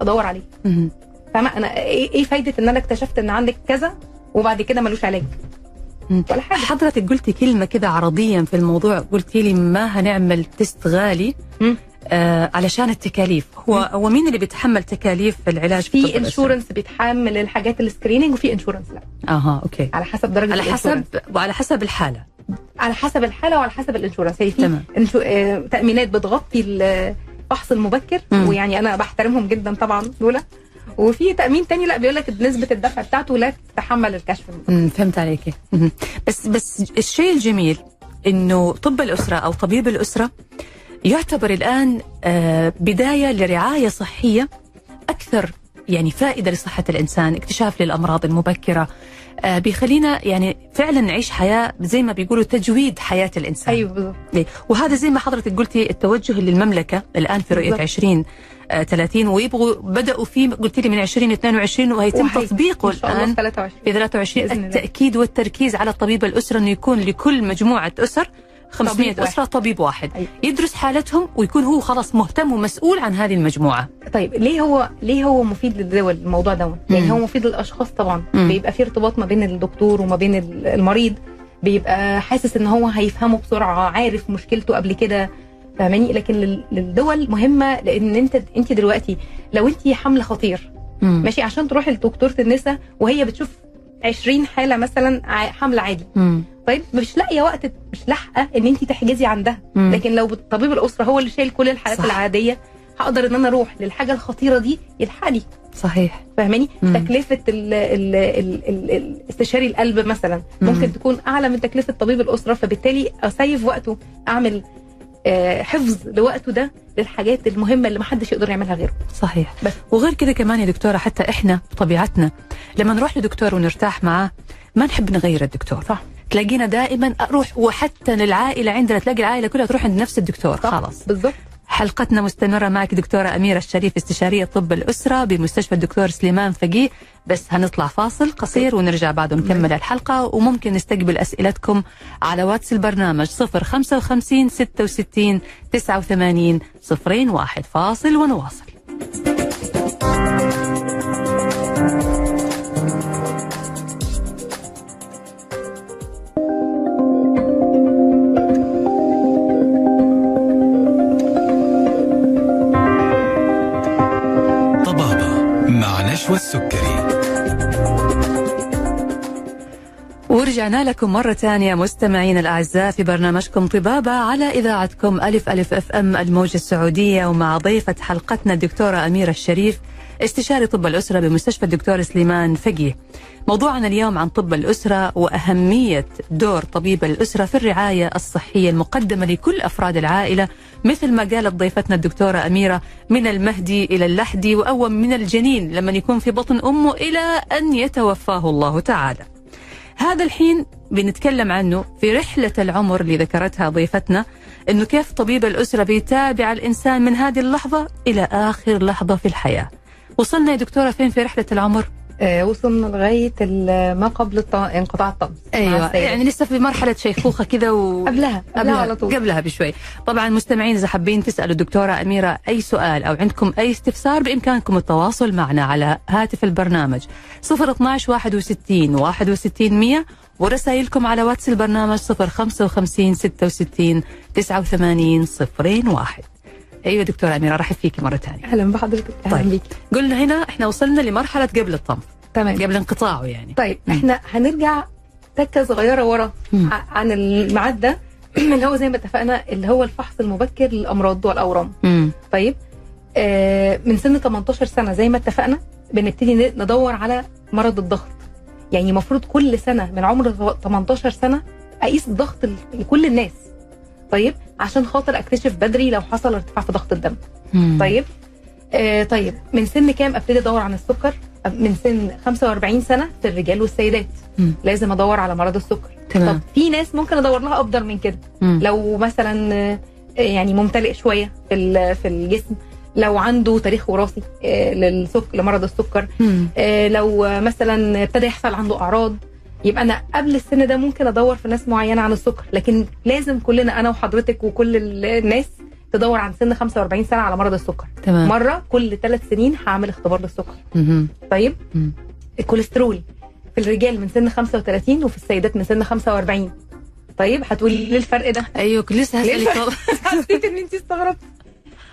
Speaker 3: ادور عليه
Speaker 2: مم.
Speaker 3: فاهمه انا ايه إيه فايده ان انا اكتشفت ان عندك كذا وبعد كده ملوش علاج
Speaker 2: مم.
Speaker 3: ولا حاجه
Speaker 2: حضرتك قلتي كلمة كده عرضيا في الموضوع قلتي لي ما هنعمل تست غالي
Speaker 3: مم.
Speaker 2: آه علشان التكاليف هو هو مين اللي بيتحمل تكاليف العلاج في,
Speaker 3: في
Speaker 2: الطب الأسري؟
Speaker 3: انشورنس بيتحمل الحاجات السكريننج وفي انشورنس لا
Speaker 2: اها اوكي
Speaker 3: على حسب درجه
Speaker 2: على
Speaker 3: الانشورنس.
Speaker 2: حسب وعلى حسب الحالة
Speaker 3: على حسب الحاله وعلى حسب الانشورنس هي في
Speaker 2: تمام.
Speaker 3: انشو... آه، تامينات بتغطي الفحص المبكر
Speaker 2: مم.
Speaker 3: ويعني انا بحترمهم جدا طبعا دول وفي تامين تاني لا بيقول لك نسبه الدفع بتاعته لا تتحمل الكشف المبكر.
Speaker 2: مم، فهمت عليك مم. بس بس الشيء الجميل انه طب الاسره او طبيب الاسره يعتبر الان آه، بدايه لرعايه صحيه اكثر يعني فائده لصحه الانسان، اكتشاف للامراض المبكره آه، بيخلينا يعني فعلا نعيش حياه زي ما بيقولوا تجويد حياه الانسان.
Speaker 3: ايوه بالظبط
Speaker 2: ليه؟ وهذا زي ما حضرتك قلتي التوجه للمملكه الان في رؤيه
Speaker 3: بالضبط.
Speaker 2: 20 آه، 30 ويبغوا بداوا فيه قلت لي من 20 22 وهيتم
Speaker 3: وهي-
Speaker 2: تطبيقه
Speaker 3: ان شاء الله
Speaker 2: الان
Speaker 3: في 23
Speaker 2: في 23
Speaker 3: بإذن الله.
Speaker 2: التأكيد والتركيز على طبيب الأسرة أنه يكون لكل مجموعة أسر 500
Speaker 3: طبيب واحد.
Speaker 2: أسرة طبيب واحد
Speaker 3: أيوة.
Speaker 2: يدرس حالتهم ويكون هو خلاص مهتم ومسؤول عن هذه المجموعة
Speaker 3: طيب ليه هو ليه هو مفيد للدول الموضوع دوت؟ يعني
Speaker 2: مم.
Speaker 3: هو مفيد للاشخاص طبعا
Speaker 2: مم.
Speaker 3: بيبقى في ارتباط ما بين الدكتور وما بين ال- المريض بيبقى حاسس ان هو هيفهمه بسرعه عارف مشكلته قبل كده فاهماني لكن لل- للدول مهمه لان انت انت دلوقتي لو انت حمل خطير
Speaker 2: مم.
Speaker 3: ماشي عشان تروحي لدكتوره النساء وهي بتشوف 20 حاله مثلا ع- حمل عادي
Speaker 2: مم.
Speaker 3: طيب مش لاقيه وقت مش لاحقه ان انت تحجزي عندها
Speaker 2: مم.
Speaker 3: لكن لو طبيب الاسره هو اللي شايل كل الحالات
Speaker 2: صح.
Speaker 3: صح. العاديه هقدر ان انا اروح للحاجه الخطيره دي يلحقني
Speaker 2: صحيح
Speaker 3: فاهماني
Speaker 2: مم.
Speaker 3: تكلفه ال ال ال ال ال استشاري القلب مثلا
Speaker 2: مم.
Speaker 3: ممكن تكون اعلى من تكلفه طبيب الاسره فبالتالي اسيف وقته اعمل آه، حفظ لوقته ده للحاجات المهمه اللي محدش يقدر يعملها غيره
Speaker 2: صحيح
Speaker 3: بس.
Speaker 2: وغير كذا كمان يا دكتورة حتى إحنا بطبيعتنا لما نروح لدكتور ونرتاح معاه ما نحب نغير الدكتور
Speaker 3: صح.
Speaker 2: تلاقينا دائما أروح وحتى للعائلة عندنا تلاقي العائلة كلها تروح عند نفس الدكتور
Speaker 3: صح؟
Speaker 2: خلاص
Speaker 3: بالظبط
Speaker 2: حلقتنا مستمرة معك دكتورة أميرة الشريف استشارية طب الأسرة بمستشفى الدكتور سليمان فقيه بس هنطلع فاصل قصير ونرجع بعد ونكمل الحلقة وممكن نستقبل أسئلتكم على واتس البرنامج 055 66 89 01 فاصل ونواصل
Speaker 1: طبابة مع نشوى السكري
Speaker 2: ورجعنا لكم مرة ثانية مستمعين الأعزاء في برنامجكم طبابة على إذاعتكم ألف ألف أف أم الموجة السعودية ومع ضيفة حلقتنا الدكتورة أميرة الشريف استشاري طب الأسرة بمستشفى الدكتور سليمان فقيه موضوعنا اليوم عن طب الأسرة وأهمية دور طبيب الأسرة في الرعاية الصحية المقدمة لكل أفراد العائلة مثل ما قالت ضيفتنا الدكتورة أميرة من المهدي إلى اللحدي وأول من الجنين لمن يكون في بطن أمه إلى أن يتوفاه الله تعالى هذا الحين بنتكلم عنه في رحلة العمر اللي ذكرتها ضيفتنا انه كيف طبيب الأسرة بيتابع الإنسان من هذه اللحظة إلى آخر لحظة في الحياة وصلنا يا دكتورة فين في رحلة العمر؟
Speaker 3: آه، وصلنا لغايه ال- ما قبل الط- انقطاع الطقس مع
Speaker 2: ايوه
Speaker 3: السيدة.
Speaker 2: يعني لسه في مرحله شيخوخه كذا و...
Speaker 3: أيوة. قبلها قبلها على طول
Speaker 2: قبلها بشوي طبعا مستمعين اذا حابين تسالوا الدكتوره اميره اي سؤال او عندكم اي استفسار بامكانكم التواصل معنا على هاتف البرنامج 012 61 61 100 ورسائلكم على واتس البرنامج 055 66 89 01 ايوه دكتوره اميره رحب فيكي مره ثانيه
Speaker 3: اهلا بحضرتك اهلا
Speaker 2: طيب.
Speaker 3: بيك
Speaker 2: قلنا هنا احنا وصلنا لمرحله قبل الطمس
Speaker 3: تمام
Speaker 2: قبل انقطاعه يعني
Speaker 3: طيب
Speaker 2: مم.
Speaker 3: احنا هنرجع تكه صغيره ورا
Speaker 2: مم.
Speaker 3: ع- عن الميعاد ده اللي هو زي ما اتفقنا اللي هو الفحص المبكر للامراض والاورام
Speaker 2: امم
Speaker 3: طيب آه من سن 18 سنه زي ما اتفقنا بنبتدي ن- ندور على مرض الضغط يعني المفروض كل سنه من عمر ث- 18 سنه اقيس الضغط ل- لكل الناس طيب عشان خاطر اكتشف بدري لو حصل ارتفاع في ضغط الدم طيب آه طيب من سن كام ابتدي ادور عن السكر أب- من سن 45 سنه في الرجال والسيدات
Speaker 2: مم.
Speaker 3: لازم ادور على مرض السكر طب
Speaker 2: تمام
Speaker 3: في ناس ممكن ادور لها افضل من كده
Speaker 2: مم.
Speaker 3: لو مثلا آه، يعني ممتلئ شويه في ال- في الجسم لو عنده تاريخ وراثي آه، للسك لمرض السكر
Speaker 2: مم.
Speaker 3: آه، لو آه، مثلا ابتدى يحصل عنده اعراض يبقى انا قبل السن ده ممكن ادور في ناس معينه عن السكر لكن لازم كلنا انا وحضرتك وكل ال- الناس تدور عن سن 45 سنه على مرض السكر
Speaker 2: تمام
Speaker 3: مره كل ثلاث سنين هعمل اختبار للسكر
Speaker 2: مم.
Speaker 3: طيب
Speaker 2: مم.
Speaker 3: الكوليسترول في الرجال من سن 35 وفي السيدات من سن 45 طيب هتقولي ليه الفرق ده
Speaker 2: ايوه كنت لسه
Speaker 3: ليه
Speaker 2: هسالك
Speaker 3: الفرق؟
Speaker 2: والله.
Speaker 3: حسيت ان انت استغربت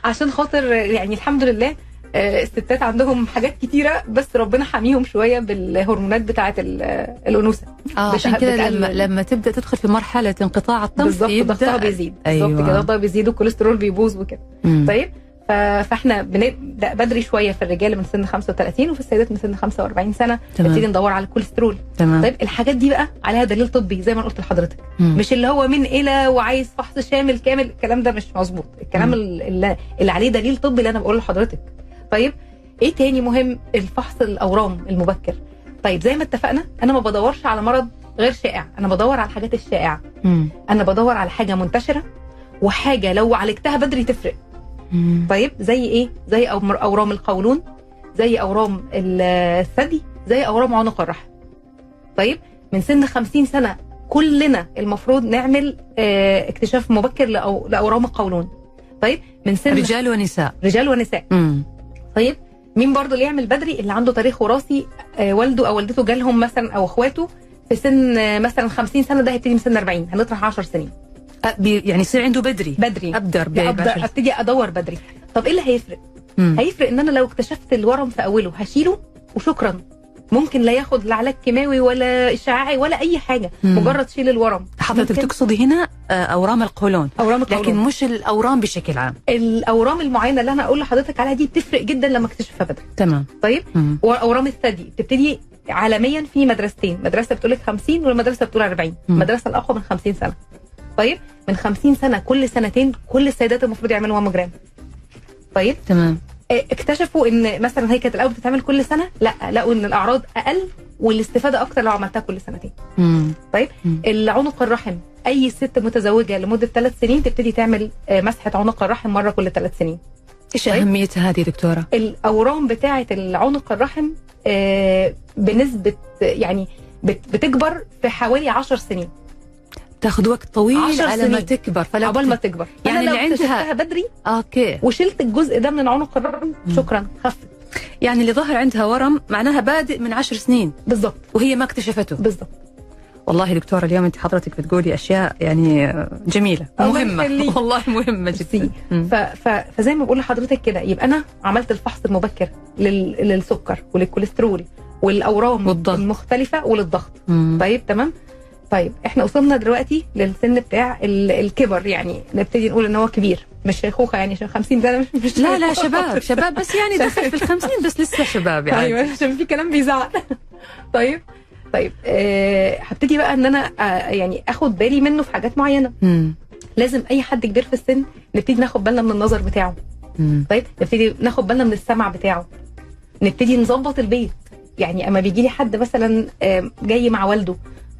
Speaker 3: عشان خاطر يعني الحمد لله آه، الستات عندهم حاجات كتيره بس ربنا حاميهم شويه بالهرمونات بتاعه ال- آه، الانوثه
Speaker 2: اه
Speaker 3: بتع-
Speaker 2: عشان كده
Speaker 3: بتقلل.
Speaker 2: لما لما تبدا تدخل في مرحله انقطاع الطمس
Speaker 3: بالظبط
Speaker 2: يبدا
Speaker 3: ضغطها بيزيد
Speaker 2: أيوة.
Speaker 3: بالظبط كده ضغطها بيزيد والكوليسترول بيبوظ وكده
Speaker 2: مم.
Speaker 3: طيب ف- فاحنا بنبدا بدري شويه في الرجال من سن 35 وفي السيدات من سن 45 سنه نبتدي
Speaker 2: تمام
Speaker 3: ندور على الكوليسترول
Speaker 2: تمام
Speaker 3: طيب الحاجات دي بقى عليها دليل طبي زي ما أنا قلت لحضرتك
Speaker 2: مم.
Speaker 3: مش اللي هو من الى وعايز فحص شامل كامل الكلام ده مش مظبوط
Speaker 2: مم.
Speaker 3: الكلام ال- اللي, اللي عليه دليل طبي اللي انا بقوله لحضرتك طيب ايه تاني مهم الفحص الاورام المبكر طيب زي ما اتفقنا انا ما بدورش على مرض غير شائع انا بدور على الحاجات الشائعه
Speaker 2: مم.
Speaker 3: انا بدور على حاجه منتشره وحاجه لو عالجتها بدري تفرق
Speaker 2: مم.
Speaker 3: طيب زي ايه زي أمر- اورام القولون زي اورام ال- الثدي زي اورام عنق الرحم طيب من سن 50 سنه كلنا المفروض نعمل آه، اكتشاف مبكر لأو- لاورام القولون طيب من سن
Speaker 2: رجال ونساء
Speaker 3: رجال ونساء
Speaker 2: مم.
Speaker 3: طيب مين برضو اللي يعمل بدري اللي عنده تاريخ وراثي آه، والده او والدته جالهم مثلا او اخواته في سن آه، مثلا 50 سنه ده هيبتدي من سن 40 هنطرح 10 سنين
Speaker 2: أ- بي- يعني يصير عنده بدري
Speaker 3: بدري
Speaker 2: ابدر
Speaker 3: لا، أبدأ-
Speaker 2: بيبقى
Speaker 3: ابتدي ادور بدري طب ايه اللي هيفرق
Speaker 2: مم.
Speaker 3: هيفرق ان انا لو اكتشفت الورم في اوله هشيله وشكرا ممكن لا ياخد لا علاج كيماوي ولا اشعاعي ولا اي حاجه
Speaker 2: مم.
Speaker 3: مجرد شيل الورم
Speaker 2: حضرتك
Speaker 3: ممكن
Speaker 2: تقصدي هنا آه، اورام القولون
Speaker 3: اورام
Speaker 2: لكن
Speaker 3: لكن
Speaker 2: مش الاورام بشكل عام
Speaker 3: الاورام المعينه اللي انا اقول لحضرتك عليها دي بتفرق جدا لما اكتشفها بدري
Speaker 2: تمام
Speaker 3: طيب
Speaker 2: مم.
Speaker 3: واورام الثدي بتبتدي عالميا في مدرستين مدرسه بتقول لك 50 والمدرسه بتقول 40
Speaker 2: مم.
Speaker 3: المدرسه الاقوى من 50 سنه طيب من 50 سنه كل سنتين كل السيدات المفروض يعملوا ماموجرام طيب
Speaker 2: تمام
Speaker 3: اكتشفوا ان مثلا هي كانت الاول بتتعمل كل سنه لا لقوا ان الاعراض اقل والاستفاده اكتر لو عملتها كل سنتين
Speaker 2: مم.
Speaker 3: طيب
Speaker 2: مم.
Speaker 3: العنق الرحم اي ست متزوجه لمده ثلاث سنين تبتدي تعمل آه، مسحه عنق الرحم مره كل ثلاث سنين
Speaker 2: ايش
Speaker 3: طيب.
Speaker 2: اهميتها هذه دكتوره
Speaker 3: الاورام بتاعه العنق الرحم آه، بنسبه يعني بت- بتكبر في حوالي 10 سنين
Speaker 2: تاخذ وقت طويل
Speaker 3: عشر
Speaker 2: على ما
Speaker 3: سنين.
Speaker 2: تكبر آه، فلا
Speaker 3: عقبال
Speaker 2: بت-
Speaker 3: ما تكبر
Speaker 2: يعني
Speaker 3: أنا لو
Speaker 2: اللي عندها-
Speaker 3: اكتشفتها بدري
Speaker 2: اوكي
Speaker 3: وشلت الجزء ده من عنق الرحم
Speaker 2: مم.
Speaker 3: شكرا خفت
Speaker 2: يعني اللي ظهر عندها ورم معناها بادئ من عشر سنين
Speaker 3: بالظبط
Speaker 2: وهي ما اكتشفته
Speaker 3: بالظبط
Speaker 2: والله دكتورة اليوم انت حضرتك بتقولي اشياء يعني جميلة
Speaker 3: الله
Speaker 2: مهمة
Speaker 3: يخليك.
Speaker 2: والله مهمة جدا
Speaker 3: ميرسي.
Speaker 2: مم.
Speaker 3: ف... ف... فزي ما بقول لحضرتك كده يبقى انا عملت الفحص المبكر لل... للسكر وللكوليسترول والاورام
Speaker 2: والضغط.
Speaker 3: المختلفه وللضغط
Speaker 2: مم.
Speaker 3: طيب تمام طيب احنا وصلنا دلوقتي للسن بتاع ال... الكبر يعني نبتدي نقول ان هو كبير مش شيخوخه يعني عشان 50 سنه مش, مش
Speaker 2: لا لا
Speaker 3: شيخوخة.
Speaker 2: شباب شباب بس يعني دخل في الخمسين بس لسه شباب يعني
Speaker 3: ايوه عشان في كلام بيزعق طيب طيب آه، هبتدي بقى ان انا آه، يعني اخد بالي منه في حاجات معينه
Speaker 2: مم.
Speaker 3: لازم اي حد كبير في السن نبتدي ناخد بالنا من النظر بتاعه
Speaker 2: مم.
Speaker 3: طيب نبتدي ناخد بالنا من السمع بتاعه نبتدي نظبط البيت يعني اما بيجي لي حد مثلا آم، آه، جاي مع والده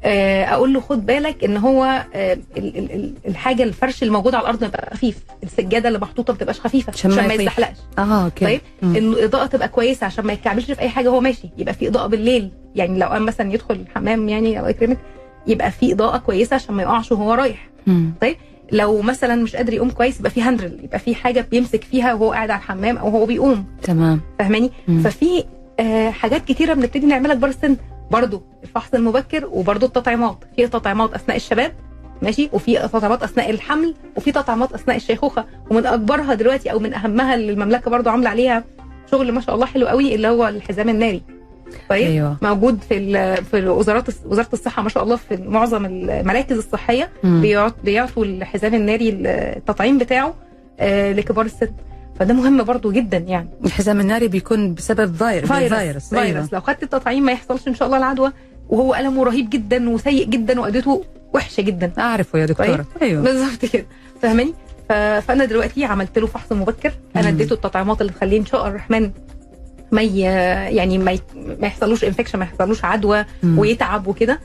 Speaker 3: آه، اقول له خد بالك ان هو آه، ال- ال- ال- الحاجه الفرش الموجود على الارض ما يبقى خفيف السجاده اللي محطوطه ما تبقاش خفيفه
Speaker 2: عشان
Speaker 3: عشان
Speaker 2: ما
Speaker 3: ما
Speaker 2: يطيح.
Speaker 3: يتزحلقش
Speaker 2: اه اوكي
Speaker 3: طيب
Speaker 2: مم.
Speaker 3: انه الاضاءه تبقى كويسه عشان ما يتكعبلش في اي حاجه وهو ماشي يبقى في اضاءه بالليل يعني لو قام مثلا يدخل الحمام يعني الله يكرمك يبقى في اضاءه كويسه عشان ما يقعش وهو رايح
Speaker 2: مم.
Speaker 3: لو مثلا مش قادر يقوم كويس يبقى في هاندرل يبقى في حاجه بيمسك فيها وهو قاعد على الحمام او هو بيقوم
Speaker 2: تمام
Speaker 3: فاهماني
Speaker 2: مم.
Speaker 3: ففي آه حاجات كتيره بنبتدي نعملها كبار السن برضه الفحص المبكر وبرضه التطعيمات في تطعيمات اثناء الشباب ماشي وفي تطعيمات اثناء الحمل وفي تطعيمات اثناء الشيخوخه ومن اكبرها دلوقتي او من اهمها اللي المملكه برضه عامله عليها شغل ما شاء الله حلو قوي اللي هو الحزام الناري طيب
Speaker 2: ايوه
Speaker 3: موجود في ال- في وزارات وزاره الصحه ما شاء الله في معظم المراكز الصحيه
Speaker 2: مم.
Speaker 3: بيعط- بيعطوا الحزام الناري التطعيم بتاعه آه، لكبار السن فده مهم برضو جدا يعني
Speaker 2: الحزام الناري بيكون بسبب فاير- فيروس
Speaker 3: فيروس,
Speaker 2: أيوة.
Speaker 3: فيروس. لو خدت التطعيم ما يحصلش ان شاء الله العدوى وهو المه رهيب جدا وسيء جدا وادته وحشه جدا
Speaker 2: اعرفه يا دكتوره
Speaker 3: طيب.
Speaker 2: ايوه
Speaker 3: بالظبط كده فاهماني ف- فانا دلوقتي عملت له فحص مبكر انا
Speaker 2: مم.
Speaker 3: اديته التطعيمات اللي تخليه ان شاء الله الرحمن ما ي- يعني ما ي- ما يحصلوش انفكشن ما يحصلوش عدوى
Speaker 2: مم.
Speaker 3: ويتعب وكده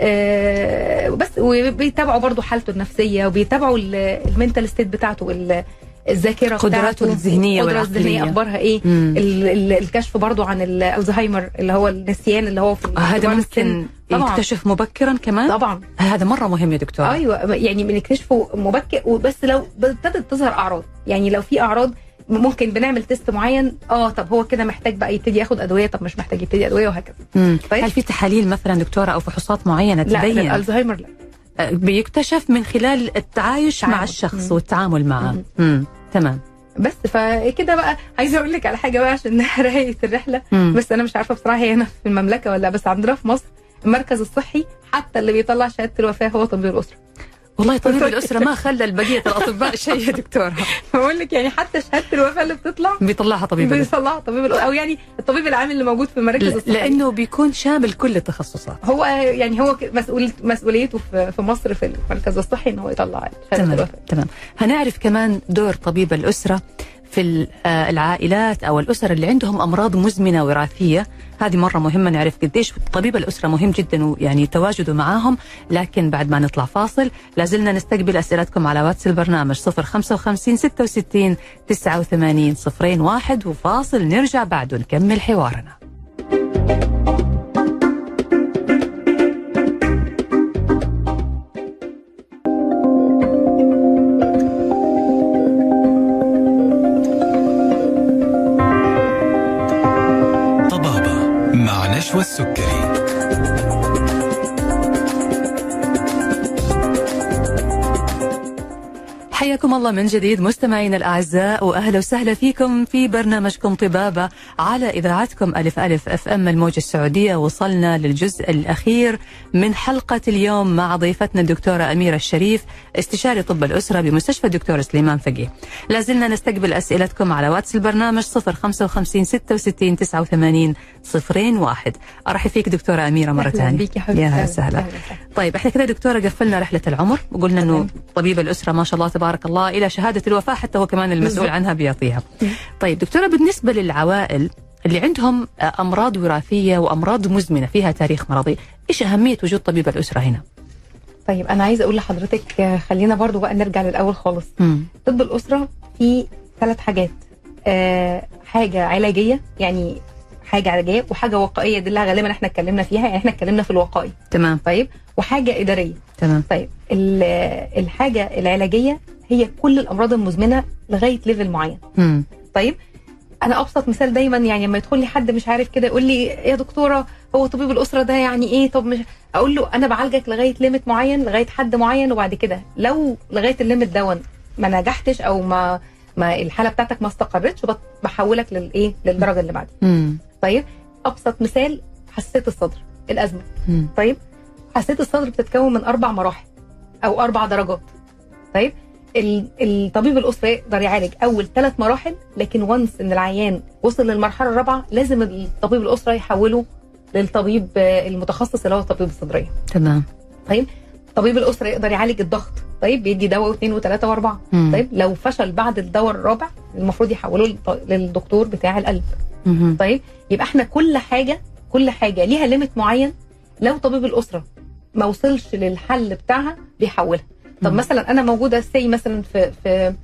Speaker 3: آه، بس وبيتابعوا برضو حالته النفسيه وبيتابعوا المنتال ستيت بتاعته ال- الذاكره
Speaker 2: قدراته
Speaker 3: بتاعته،
Speaker 2: الذهنية
Speaker 3: القدره الذهنيه
Speaker 2: والعقلية.
Speaker 3: اخبارها ايه
Speaker 2: مم.
Speaker 3: ال- ال- الكشف برضو عن الزهايمر اللي هو النسيان اللي هو في
Speaker 2: آه، هذا
Speaker 3: كبار السن.
Speaker 2: ممكن
Speaker 3: طبعاً.
Speaker 2: يكتشف مبكرا كمان
Speaker 3: طبعا
Speaker 2: آه، هذا مره مهم يا دكتوره
Speaker 3: ايوه يعني بنكتشفه مبكر وبس لو ابتدت تظهر اعراض يعني لو في اعراض ممكن بنعمل تيست معين اه طب هو كده محتاج بقى يبتدي ياخد ادويه طب مش محتاج يبتدي ادويه وهكذا
Speaker 2: مم.
Speaker 3: طيب.
Speaker 2: هل في تحاليل مثلا دكتوره او فحوصات معينه
Speaker 3: لا
Speaker 2: تبين
Speaker 3: الزهايمر لا
Speaker 2: آه، بيكتشف من خلال التعايش مع
Speaker 3: التعامل.
Speaker 2: الشخص
Speaker 3: نعم. مم.
Speaker 2: والتعامل معه
Speaker 3: مم.
Speaker 2: مم. تمام
Speaker 3: بس فكده بقى عايزه اقول لك على حاجه بقى عشان نهايه الرحله
Speaker 2: مم.
Speaker 3: بس انا مش عارفه بصراحه هي هنا في المملكه ولا بس عندنا في مصر المركز الصحي حتى اللي بيطلع شهاده الوفاه هو طبيب الاسره
Speaker 2: والله طبيب الاسره ما خلى البقيه الاطباء شيء يا دكتوره
Speaker 3: بقول لك يعني حتى شهاده الوفاه اللي بتطلع
Speaker 2: بيطلعها طبيب الأسرة.
Speaker 3: بيطلعها طبيب الأ- او يعني الطبيب العام اللي موجود في المراكز
Speaker 2: ل-
Speaker 3: الصحيه
Speaker 2: لانه بيكون شامل كل التخصصات
Speaker 3: هو يعني هو ك- مسؤول مسؤوليته في في مصر في المركز الصحي ان هو يطلع شهاده
Speaker 2: تمام
Speaker 3: الوفاه
Speaker 2: تمام هنعرف كمان دور طبيب الاسره في ال- آه، العائلات او الاسر اللي عندهم امراض مزمنه وراثيه هذه مره مهمه نعرف قديش طبيب الاسره مهم جدا ويعني تواجده معاهم لكن بعد ما نطلع فاصل لازلنا نستقبل اسئلتكم على واتس البرنامج 055 66 89 صفرين واحد وفاصل نرجع بعد ونكمل حوارنا
Speaker 1: طبابة مع نشوى السكري
Speaker 2: حياكم الله من جديد مستمعينا الاعزاء واهلا وسهلا فيكم في برنامجكم طبابه على اذاعتكم الف الف اف ام الموجه السعوديه وصلنا للجزء الاخير من حلقه اليوم مع ضيفتنا الدكتوره اميره الشريف استشاري طب الاسره بمستشفى الدكتور سليمان فقيه. لا زلنا نستقبل اسئلتكم على واتس البرنامج 055 66 89 01 ارحب فيك دكتوره اميره مره
Speaker 3: أهلاً
Speaker 2: ثانيه
Speaker 3: بيك يا حبيبتي
Speaker 2: يا
Speaker 3: أهلاً،
Speaker 2: سهلا
Speaker 3: أهلاً وسهلاً.
Speaker 2: طيب احنا كده دكتوره قفلنا رحله العمر وقلنا انه
Speaker 3: تمام.
Speaker 2: طبيب الاسره ما شاء الله تبارك الله الى شهاده الوفاه حتى هو كمان المسؤول
Speaker 3: بالضبط.
Speaker 2: عنها بيعطيها. طيب دكتوره بالنسبه للعوائل اللي عندهم آه، امراض وراثيه وامراض مزمنه فيها تاريخ مرضي، ايش اهميه وجود طبيب الاسره هنا؟
Speaker 3: طيب انا عايزه اقول لحضرتك آه، خلينا برضو بقى نرجع للاول خالص
Speaker 2: امم
Speaker 3: طب الاسره في ثلاث حاجات آه حاجه علاجيه يعني حاجه علاجيه وحاجه وقائيه دي اللي غالبا احنا اتكلمنا فيها يعني احنا اتكلمنا في الوقائي
Speaker 2: تمام
Speaker 3: طيب وحاجه اداريه
Speaker 2: تمام
Speaker 3: طيب ال- الحاجه العلاجيه هي كل الامراض المزمنه لغايه ليفل معين
Speaker 2: امم
Speaker 3: طيب انا ابسط مثال دايما يعني لما يدخل لي حد مش عارف كده يقول لي يا دكتوره هو طبيب الاسره ده يعني ايه طب مش اقول له انا بعالجك لغايه ليميت معين لغايه حد معين وبعد كده لو لغايه الليميت دون ما نجحتش او ما ما الحاله بتاعتك ما استقرتش بط- بحولك للايه للدرجه اللي بعدها
Speaker 2: امم
Speaker 3: طيب ابسط مثال حساسيه الصدر الازمه
Speaker 2: أمم.
Speaker 3: طيب حساسيه الصدر بتتكون من اربع مراحل او اربع درجات طيب ال- الطبيب الاسري يقدر يعالج اول ثلاث مراحل لكن وانس ان العيان وصل للمرحله الرابعه لازم الطبيب الاسره يحوله للطبيب آه، المتخصص اللي هو الطبيب الصدريه
Speaker 2: تمام
Speaker 3: طبيب الاسره يقدر يعالج الضغط طيب بيدي دواء واثنين وثلاثه واربعه
Speaker 2: مم.
Speaker 3: طيب لو فشل بعد الدواء الرابع المفروض يحوله للط- للدكتور بتاع القلب
Speaker 2: مهم.
Speaker 3: طيب يبقى احنا كل حاجه كل حاجه ليها ليميت معين لو طبيب الاسره ما وصلش للحل بتاعها بيحولها طب
Speaker 2: مم.
Speaker 3: مثلا انا موجوده سي مثلا في في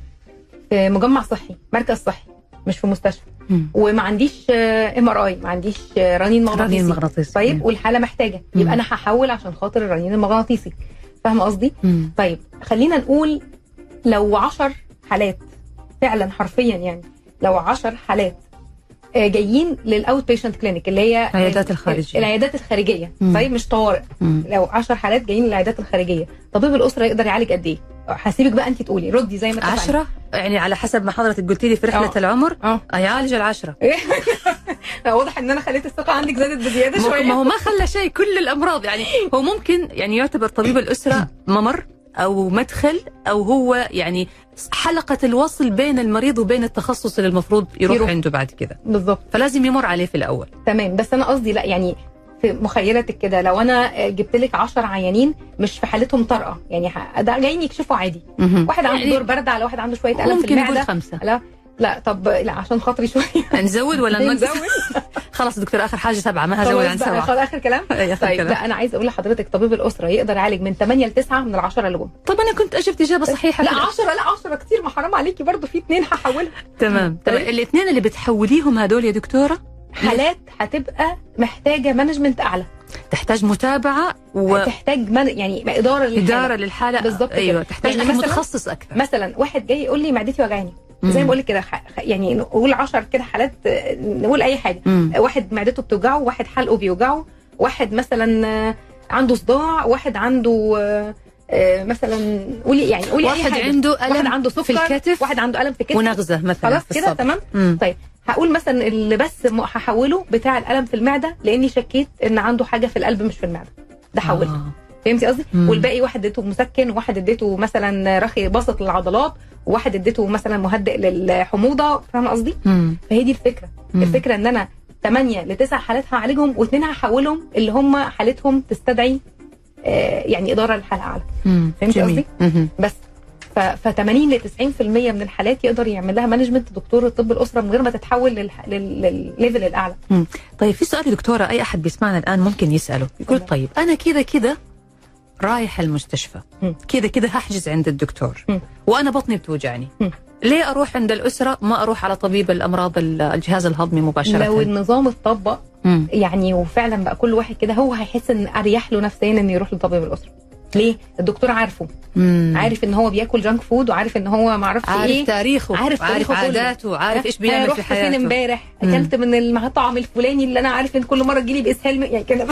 Speaker 3: في مجمع صحي مركز صحي مش في مستشفى
Speaker 2: مم.
Speaker 3: وما عنديش ام ار اي ما عنديش آه، رنين
Speaker 2: رنين
Speaker 3: مغناطيسي
Speaker 2: مغناطيسي
Speaker 3: طيب والحاله محتاجه
Speaker 2: مم.
Speaker 3: يبقى انا هحول عشان خاطر الرنين المغناطيسي فاهمه قصدي
Speaker 2: مم.
Speaker 3: طيب خلينا نقول لو عشر حالات فعلا حرفيا يعني لو عشر حالات آه، جايين للاوت بيشنت كلينيك اللي هي
Speaker 2: العيادات الخارجية.
Speaker 3: العيادات الخارجيه
Speaker 2: مم.
Speaker 3: طيب مش طوارئ
Speaker 2: مم.
Speaker 3: لو 10 حالات جايين للعيادات الخارجيه طبيب الاسره يقدر يعالج قد ايه هسيبك بقى انت تقولي ردي زي ما اتفقنا.
Speaker 2: عشرة يعني على حسب ما حضرتك قلتي لي في رحلة
Speaker 3: آه.
Speaker 2: العمر
Speaker 3: اه
Speaker 2: يعالج العشرة
Speaker 3: آه. لا، واضح ان انا خليت الثقه عندك زادت بزياده
Speaker 2: ما- ما
Speaker 3: شويه
Speaker 2: هو ما خلى شيء كل الامراض يعني هو ممكن يعني يعتبر طبيب الاسره ممر او مدخل او هو يعني حلقه الوصل بين المريض وبين التخصص اللي المفروض يروح,
Speaker 3: يروح.
Speaker 2: يروح. عنده بعد كده
Speaker 3: بالظبط
Speaker 2: فلازم يمر عليه في الاول
Speaker 3: تمام بس انا قصدي لا يعني في مخيلتك كده لو انا جبت لك 10 عيانين مش في حالتهم طارئه يعني ح- ده جايين يكشفوا عادي واحد عنده
Speaker 2: يعني
Speaker 3: دور برد على واحد عنده شويه الم في
Speaker 2: ممكن نقول
Speaker 3: المعده
Speaker 2: خمسه
Speaker 3: لا لا طب لا عشان خاطري شويه
Speaker 2: نزود ولا ننقص
Speaker 3: نزود
Speaker 2: خلاص دكتور اخر حاجه سبعه ما هزود عن
Speaker 3: خلاص بقى
Speaker 2: سبعه
Speaker 3: خلاص اخر كلام
Speaker 2: أي، آخر
Speaker 3: طيب
Speaker 2: كلام.
Speaker 3: لا انا عايز اقول لحضرتك طبيب الاسره يقدر يعالج من 8 ل 9 من العشره اللي جم
Speaker 2: طب انا كنت اجبت اجابه صحيحه
Speaker 3: طيب، لا
Speaker 2: كده.
Speaker 3: 10 لا 10 كتير ما حرام عليكي برضه في اثنين هحولها
Speaker 2: تمام طب
Speaker 3: طيب.
Speaker 2: الاثنين اللي بتحوليهم هذول يا دكتوره
Speaker 3: حالات هتبقى محتاجه مانجمنت اعلى
Speaker 2: تحتاج متابعه
Speaker 3: تحتاج من يعني اداره للحالة.
Speaker 2: واداره للحاله
Speaker 3: بالظبط كده.
Speaker 2: ايوه تحتاج
Speaker 3: يعني
Speaker 2: يعني
Speaker 3: مثلاً-
Speaker 2: متخصص اكثر
Speaker 3: مثلا واحد جاي يقول لي معدتي وجعاني زي
Speaker 2: مم.
Speaker 3: ما بقول لك كده خ- خ- يعني نقول 10 كده حالات آه، نقول اي حاجه
Speaker 2: مم.
Speaker 3: واحد معدته بتوجعه واحد حلقه بيوجعه واحد مثلا آه، عنده صداع واحد عنده آه، آه، مثلا قولي يعني قولي أي
Speaker 2: واحد
Speaker 3: حاجة.
Speaker 2: عنده ألم
Speaker 3: واحد عنده
Speaker 2: في
Speaker 3: سكر
Speaker 2: الكتف
Speaker 3: واحد عنده الم في الكتف
Speaker 2: ونغزه مثلا
Speaker 3: خلاص
Speaker 2: في
Speaker 3: كده
Speaker 2: الصدر.
Speaker 3: تمام
Speaker 2: مم.
Speaker 3: طيب هقول مثلا اللي بس م- هحوله بتاع الالم في المعده لاني شكيت ان عنده حاجه في القلب مش في المعده ده حولها
Speaker 2: آه.
Speaker 3: فهمتي قصدي؟
Speaker 2: مم.
Speaker 3: والباقي واحد اديته مسكن وواحد اديته مثلا رخي بسط للعضلات وواحد اديته مثلا مهدئ للحموضه فاهمه قصدي؟
Speaker 2: مم.
Speaker 3: فهي دي الفكره
Speaker 2: مم.
Speaker 3: الفكره ان انا 8 ل 9 حالات هعالجهم واثنين هحولهم اللي هم حالتهم تستدعي آه، يعني اداره للحاله اعلى
Speaker 2: مم.
Speaker 3: فهمتي
Speaker 2: جميل.
Speaker 3: قصدي؟
Speaker 2: مهم.
Speaker 3: بس ف 80 ل 90% من الحالات يقدر يعمل لها مانجمنت دكتور الطب الاسره من غير ما تتحول للح- لل- للليفل الاعلى
Speaker 2: طيب في سؤال يا دكتوره اي احد بيسمعنا الان ممكن يساله يقول
Speaker 3: تفضل.
Speaker 2: طيب انا كذا كذا رايح المستشفى
Speaker 3: مم.
Speaker 2: كذا كذا هحجز عند الدكتور
Speaker 3: مم.
Speaker 2: وانا بطني بتوجعني
Speaker 3: مم.
Speaker 2: ليه اروح عند الاسره ما اروح على طبيب الامراض ال- الجهاز الهضمي مباشره
Speaker 3: لو النظام اتطبق
Speaker 2: مم.
Speaker 3: يعني وفعلا بقى كل واحد كده هو هيحس ان اريح له نفسيا انه يروح لطبيب الاسره ليه الدكتور عارفه
Speaker 2: مم.
Speaker 3: إيه؟ عارف ان هو بياكل جانك فود وعارف ان هو ما اعرفش
Speaker 2: عارف
Speaker 3: ايه
Speaker 2: تاريخه
Speaker 3: عارف
Speaker 2: عارف
Speaker 3: تاريخه كله.
Speaker 2: عاداته عارف ايش
Speaker 3: أنا
Speaker 2: بيعمل
Speaker 3: رحت
Speaker 2: في
Speaker 3: فين
Speaker 2: حياته
Speaker 3: امبارح
Speaker 2: مم.
Speaker 3: اكلت من المطعم الفلاني اللي انا عارف ان كل مره تجيلي باسهال يعني كده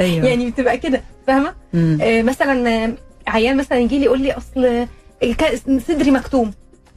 Speaker 2: ايوه يعني
Speaker 3: يعني بتبقى كده فاهمه آه، مثلا آه، عيان مثلا يجي لي يقول لي اصل آه، الك- صدري مكتوم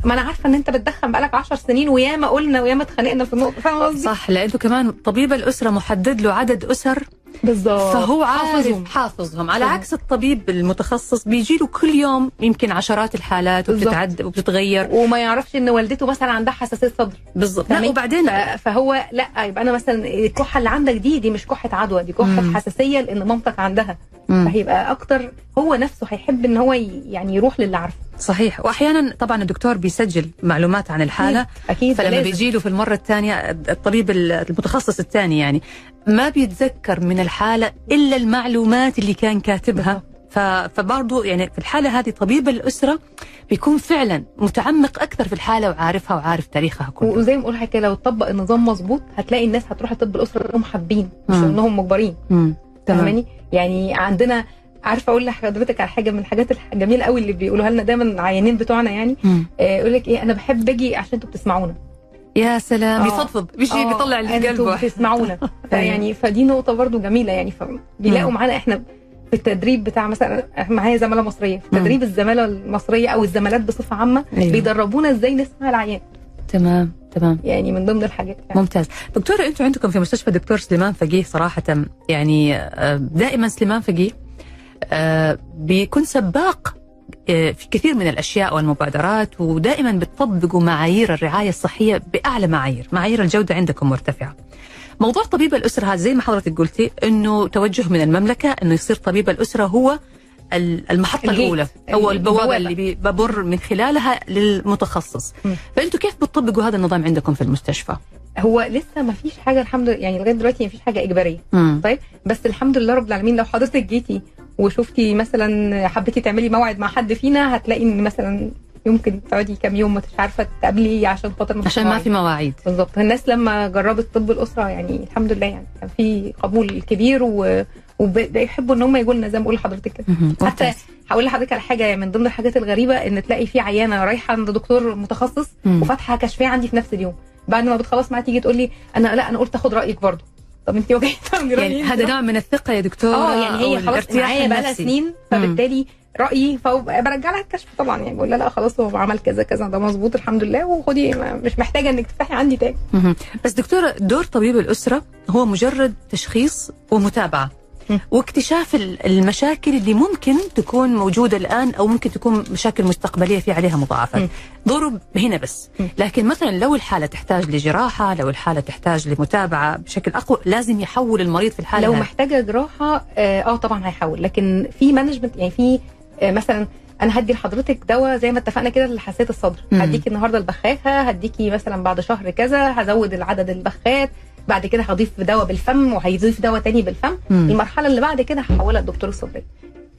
Speaker 3: ما انا عارفه ان انت بتدخن بقالك 10 سنين وياما قلنا وياما اتخانقنا في النقطه فاهمه قصدي
Speaker 2: صح لانه كمان طبيب الاسره محدد له عدد اسر
Speaker 3: بالظبط
Speaker 2: فهو
Speaker 3: حافظهم.
Speaker 2: عارف حافظهم على
Speaker 3: حافظهم.
Speaker 2: عكس الطبيب المتخصص بيجي له كل يوم يمكن عشرات الحالات
Speaker 3: بالظبط.
Speaker 2: وبتتعد وبتتغير
Speaker 3: وما يعرفش ان والدته مثلا عندها حساسيه صدر
Speaker 2: بالضبط
Speaker 3: فاهمين؟
Speaker 2: لا وبعدين
Speaker 3: يعني ف- فهو لا يبقى انا مثلا الكحه اللي عندك دي دي مش كحه عدوى دي كحه
Speaker 2: مم.
Speaker 3: حساسيه لان مامتك عندها
Speaker 2: مم.
Speaker 3: فهيبقى اكتر هو نفسه هيحب ان هو ي- يعني يروح للي عارفه
Speaker 2: صحيح واحيانا طبعا الدكتور بيسجل معلومات عن الحاله
Speaker 3: اكيد
Speaker 2: فلما
Speaker 3: لازم.
Speaker 2: بيجي له في المره الثانيه الطبيب المتخصص الثاني يعني ما بيتذكر من الحاله الا المعلومات اللي كان كاتبها ف- فبرضه يعني في الحاله هذه طبيب الاسره بيكون فعلا متعمق اكثر في الحاله وعارفها وعارف تاريخها كله
Speaker 3: وزي ما بقول حضرتك كده لو اتطبق النظام مظبوط هتلاقي الناس هتروح طب الاسره انهم حابين مش
Speaker 2: مم.
Speaker 3: انهم مجبرين
Speaker 2: مم. تمام
Speaker 3: فاهماني يعني عندنا عارفه اقول لحضرتك على حاجه من الحاجات الح- الجميله قوي اللي بيقولوها لنا دايما العيانين بتوعنا يعني
Speaker 2: مم.
Speaker 3: آه، يقول لك ايه انا بحب اجي عشان انتوا بتسمعونا
Speaker 2: يا سلام
Speaker 3: آه.
Speaker 2: بيفضفض بيجي
Speaker 3: آه،
Speaker 2: بيطلع اللي في
Speaker 3: انتوا
Speaker 2: قلبه
Speaker 3: بتسمعونا يعني فدي نقطه برضو جميله يعني فبيلاقوا
Speaker 2: مم.
Speaker 3: معانا احنا في التدريب بتاع مثلا معايا زماله مصريه في
Speaker 2: مم.
Speaker 3: تدريب الزماله المصريه او الزمالات بصفه عامه
Speaker 2: أيوة.
Speaker 3: بيدربونا ازاي نسمع العيان
Speaker 2: تمام تمام
Speaker 3: يعني من ضمن الحاجات يعني.
Speaker 2: ممتاز دكتورة انتم عندكم في مستشفى دكتور سليمان فقيه صراحة يعني آه، دائما سليمان فقيه آه، بيكون سباق آه، في كثير من الاشياء والمبادرات ودائما بتطبقوا معايير الرعايه الصحيه باعلى معايير، معايير الجوده عندكم مرتفعه. موضوع طبيب الاسره هذا زي ما حضرتك قلتي انه توجه من المملكه انه يصير طبيب الاسره هو ال- المحطه
Speaker 3: الجيت،
Speaker 2: الاولى او البوابه
Speaker 3: البوابة.
Speaker 2: اللي بي- ببر من خلالها للمتخصص.
Speaker 3: مم.
Speaker 2: فانتم كيف بتطبقوا هذا النظام عندكم في المستشفى؟
Speaker 3: هو لسه ما فيش حاجه الحمد لله يعني لغايه دلوقتي ما فيش حاجه اجباريه
Speaker 2: مم.
Speaker 3: طيب بس الحمد لله رب العالمين لو حضرتك جيتي وشفتي مثلا حبيتي تعملي موعد مع حد فينا هتلاقي ان مثلا يمكن تقعدي كام يوم مش عارفه تقابليه عشان خاطر مفيش
Speaker 2: عشان ما
Speaker 3: مواعيد.
Speaker 2: في مواعيد
Speaker 3: بالظبط الناس لما جربت طب الاسره يعني الحمد لله يعني كان في قبول كبير و... وبيحبوا ان هم يقولوا لنا زي ما بقول لحضرتك كده
Speaker 2: مهم.
Speaker 3: حتى
Speaker 2: ممتاز.
Speaker 3: هقول لحضرتك على حاجه من ضمن الحاجات الغريبه ان تلاقي في عيانه رايحه عند دكتور متخصص
Speaker 2: مم.
Speaker 3: وفاتحه كشفيه عندي في نفس اليوم بعد ما بتخلص معايا تيجي تقول لي انا لا انا قلت اخد رايك برضه طب انت وجهت عندي
Speaker 2: يعني
Speaker 3: رايي
Speaker 2: هذا نوع من الثقه يا دكتوره
Speaker 3: اه يعني هي خلاص
Speaker 2: والارتياح
Speaker 3: معايا بقى لها
Speaker 2: النفسي.
Speaker 3: سنين فبالتالي رايي فبرجع لها الكشف طبعا يعني بقول لها لا خلاص هو عمل كذا كذا ده مظبوط الحمد لله وخدي ما- مش محتاجه انك تفتحي عندي تاني
Speaker 2: مهم. بس دكتورة دور طبيب الأسرة هو مجرد تشخيص ومتابعة
Speaker 3: مم.
Speaker 2: واكتشاف ال- المشاكل اللي ممكن تكون موجودة الآن أو ممكن تكون مشاكل مستقبلية في عليها مضاعفات
Speaker 3: مم.
Speaker 2: دوره هنا بس
Speaker 3: مم.
Speaker 2: لكن مثلا لو الحالة تحتاج لجراحة لو الحالة تحتاج لمتابعة بشكل أقوى لازم يحول المريض في الحالة
Speaker 3: لو
Speaker 2: هذه.
Speaker 3: محتاجه جراحه اه آه، طبعا هيحول لكن في مانجمنت يعني في آه، مثلا انا هدي لحضرتك دواء زي ما اتفقنا كده لحساسيه الصدر
Speaker 2: مم.
Speaker 3: هديكي النهارده البخاخه هديكي مثلا بعد شهر كذا هزود العدد البخات بعد كده هضيف دواء بالفم وهيضيف دواء تاني بالفم
Speaker 2: مم.
Speaker 3: المرحله اللي بعد كده هحولها لدكتور الصبري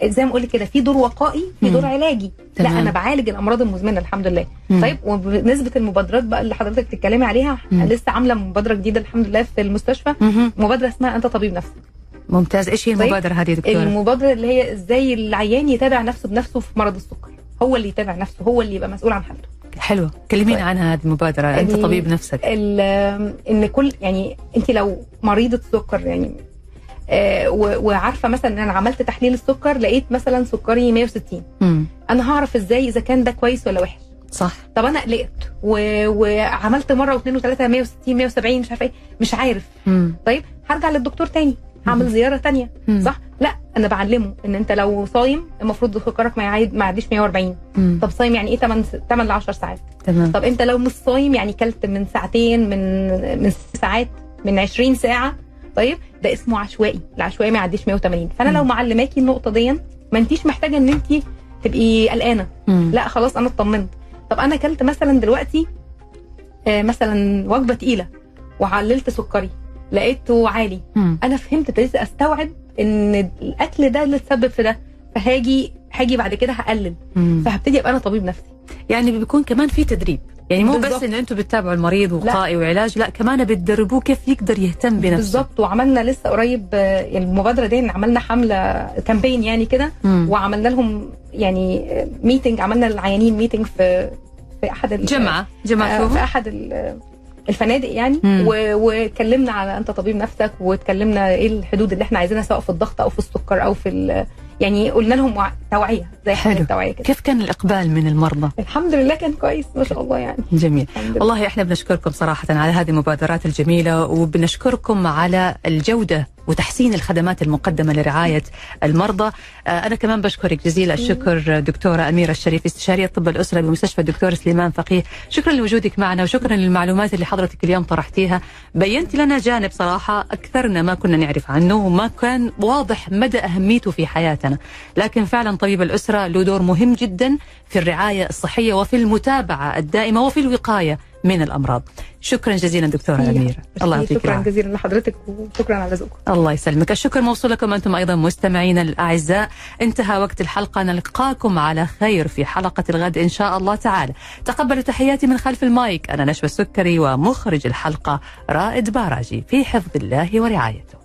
Speaker 3: زي ما اقول كده في دور وقائي في دور
Speaker 2: مم.
Speaker 3: علاجي
Speaker 2: تمام.
Speaker 3: لا انا بعالج الامراض المزمنه الحمد لله
Speaker 2: مم.
Speaker 3: طيب وبنسبه المبادرات بقى اللي حضرتك بتتكلمي عليها
Speaker 2: مم.
Speaker 3: لسه عامله مبادره جديده الحمد لله في المستشفى
Speaker 2: مهم.
Speaker 3: مبادره اسمها انت طبيب نفسك
Speaker 2: ممتاز إيش هي
Speaker 3: طيب،
Speaker 2: المبادرة هذه يا دكتورة
Speaker 3: المبادره اللي هي ازاي العيان يتابع نفسه بنفسه في مرض السكر هو اللي يتابع نفسه هو اللي يبقى مسؤول عن حالته
Speaker 2: حلوة كلمينا
Speaker 3: طيب.
Speaker 2: عن هذه المبادرة أنت
Speaker 3: ال-
Speaker 2: طبيب نفسك
Speaker 3: ال- ان كل يعني انت لو مريضه سكر يعني آه، و- وعارفه مثلا ان انا عملت تحليل السكر لقيت مثلا سكري 160
Speaker 2: مم.
Speaker 3: انا هعرف ازاي اذا كان ده كويس ولا وحش
Speaker 2: صح
Speaker 3: طب انا قلقت و... وعملت مره واثنين وثلاثه 160 170 مش عارفه ايه مش عارف
Speaker 2: مم.
Speaker 3: طيب هرجع للدكتور تاني هعمل زياره تانية
Speaker 2: مم.
Speaker 3: صح لا انا بعلمه ان انت لو صايم المفروض سكرك ما يعيد ما يعديش 140
Speaker 2: مم.
Speaker 3: طب صايم يعني ايه 8 8 ل 10 ساعات
Speaker 2: تمام
Speaker 3: طب انت لو مش صايم يعني كلت من ساعتين من من ست ساعات من 20 ساعه طيب ده اسمه عشوائي العشوائي ما يعديش 180 فانا
Speaker 2: مم.
Speaker 3: لو معلماكي النقطه دي ما انتيش محتاجه ان انت تبقي قلقانه
Speaker 2: مم.
Speaker 3: لا خلاص انا اطمنت طب انا اكلت مثلا دلوقتي آه، مثلا وجبه تقيله وعللت سكري لقيته عالي
Speaker 2: مم.
Speaker 3: انا فهمت ابتديت استوعب ان الاكل ده اللي تسبب في ده فهاجي هاجي بعد كده هقلل
Speaker 2: مم.
Speaker 3: فهبتدي ابقى انا طبيب نفسي
Speaker 2: يعني بيكون كمان في تدريب يعني مو بس
Speaker 3: بالظبط.
Speaker 2: ان انتم بتتابعوا المريض وقائي وعلاج لا كمان بتدربوه كيف يقدر يهتم بنفسه
Speaker 3: بالظبط وعملنا لسه قريب آه، يعني المبادره دي إن عملنا حمله كامبين يعني كده
Speaker 2: مم.
Speaker 3: وعملنا لهم يعني ميتنج عملنا للعيانين ميتنج في في احد ال-
Speaker 2: جمعه جمعه
Speaker 3: آه، في
Speaker 2: شوفوا
Speaker 3: احد ال- الفنادق يعني
Speaker 2: مم.
Speaker 3: و- واتكلمنا على انت طبيب نفسك واتكلمنا ايه الحدود اللي احنا عايزينها سواء في الضغط او في السكر او في ال- يعني قلنا لهم وع- توعيه زي حملة
Speaker 2: حلو.
Speaker 3: توعيه كده
Speaker 2: كيف كان الاقبال من المرضى
Speaker 3: الحمد لله كان كويس ما شاء الله يعني
Speaker 2: جميل
Speaker 3: الحمد لله
Speaker 2: والله احنا بنشكركم صراحه على هذه المبادرات الجميله وبنشكركم على الجوده وتحسين الخدمات المقدمه لرعايه المرضى آه، انا كمان بشكرك جزيل الشكر دكتوره اميره الشريف استشاريه طب الاسره بمستشفى الدكتور سليمان فقيه شكرا لوجودك معنا وشكرا للمعلومات اللي حضرتك اليوم طرحتيها بينت لنا جانب صراحه اكثرنا ما كنا نعرف عنه وما كان واضح مدى اهميته في حياتنا لكن فعلا طبيب الاسره له دور مهم جدا في الرعايه الصحيه وفي المتابعه الدائمه وفي الوقايه من الامراض شكرا جزيلا دكتوره اميره الله يعطيك
Speaker 3: شكرا
Speaker 2: العافيه
Speaker 3: جزيلا لحضرتك وشكرا على ذوقك
Speaker 2: الله يسلمك الشكر موصول لكم أنتم أيضا مستمعينا الأعزاء انتهى وقت الحلقة نلقاكم على خير في حلقة الغد إن شاء الله تعالى تقبلوا تحياتي من خلف المايك أنا نشوى السكري ومخرج الحلقة رائد باراجي في حفظ الله ورعايته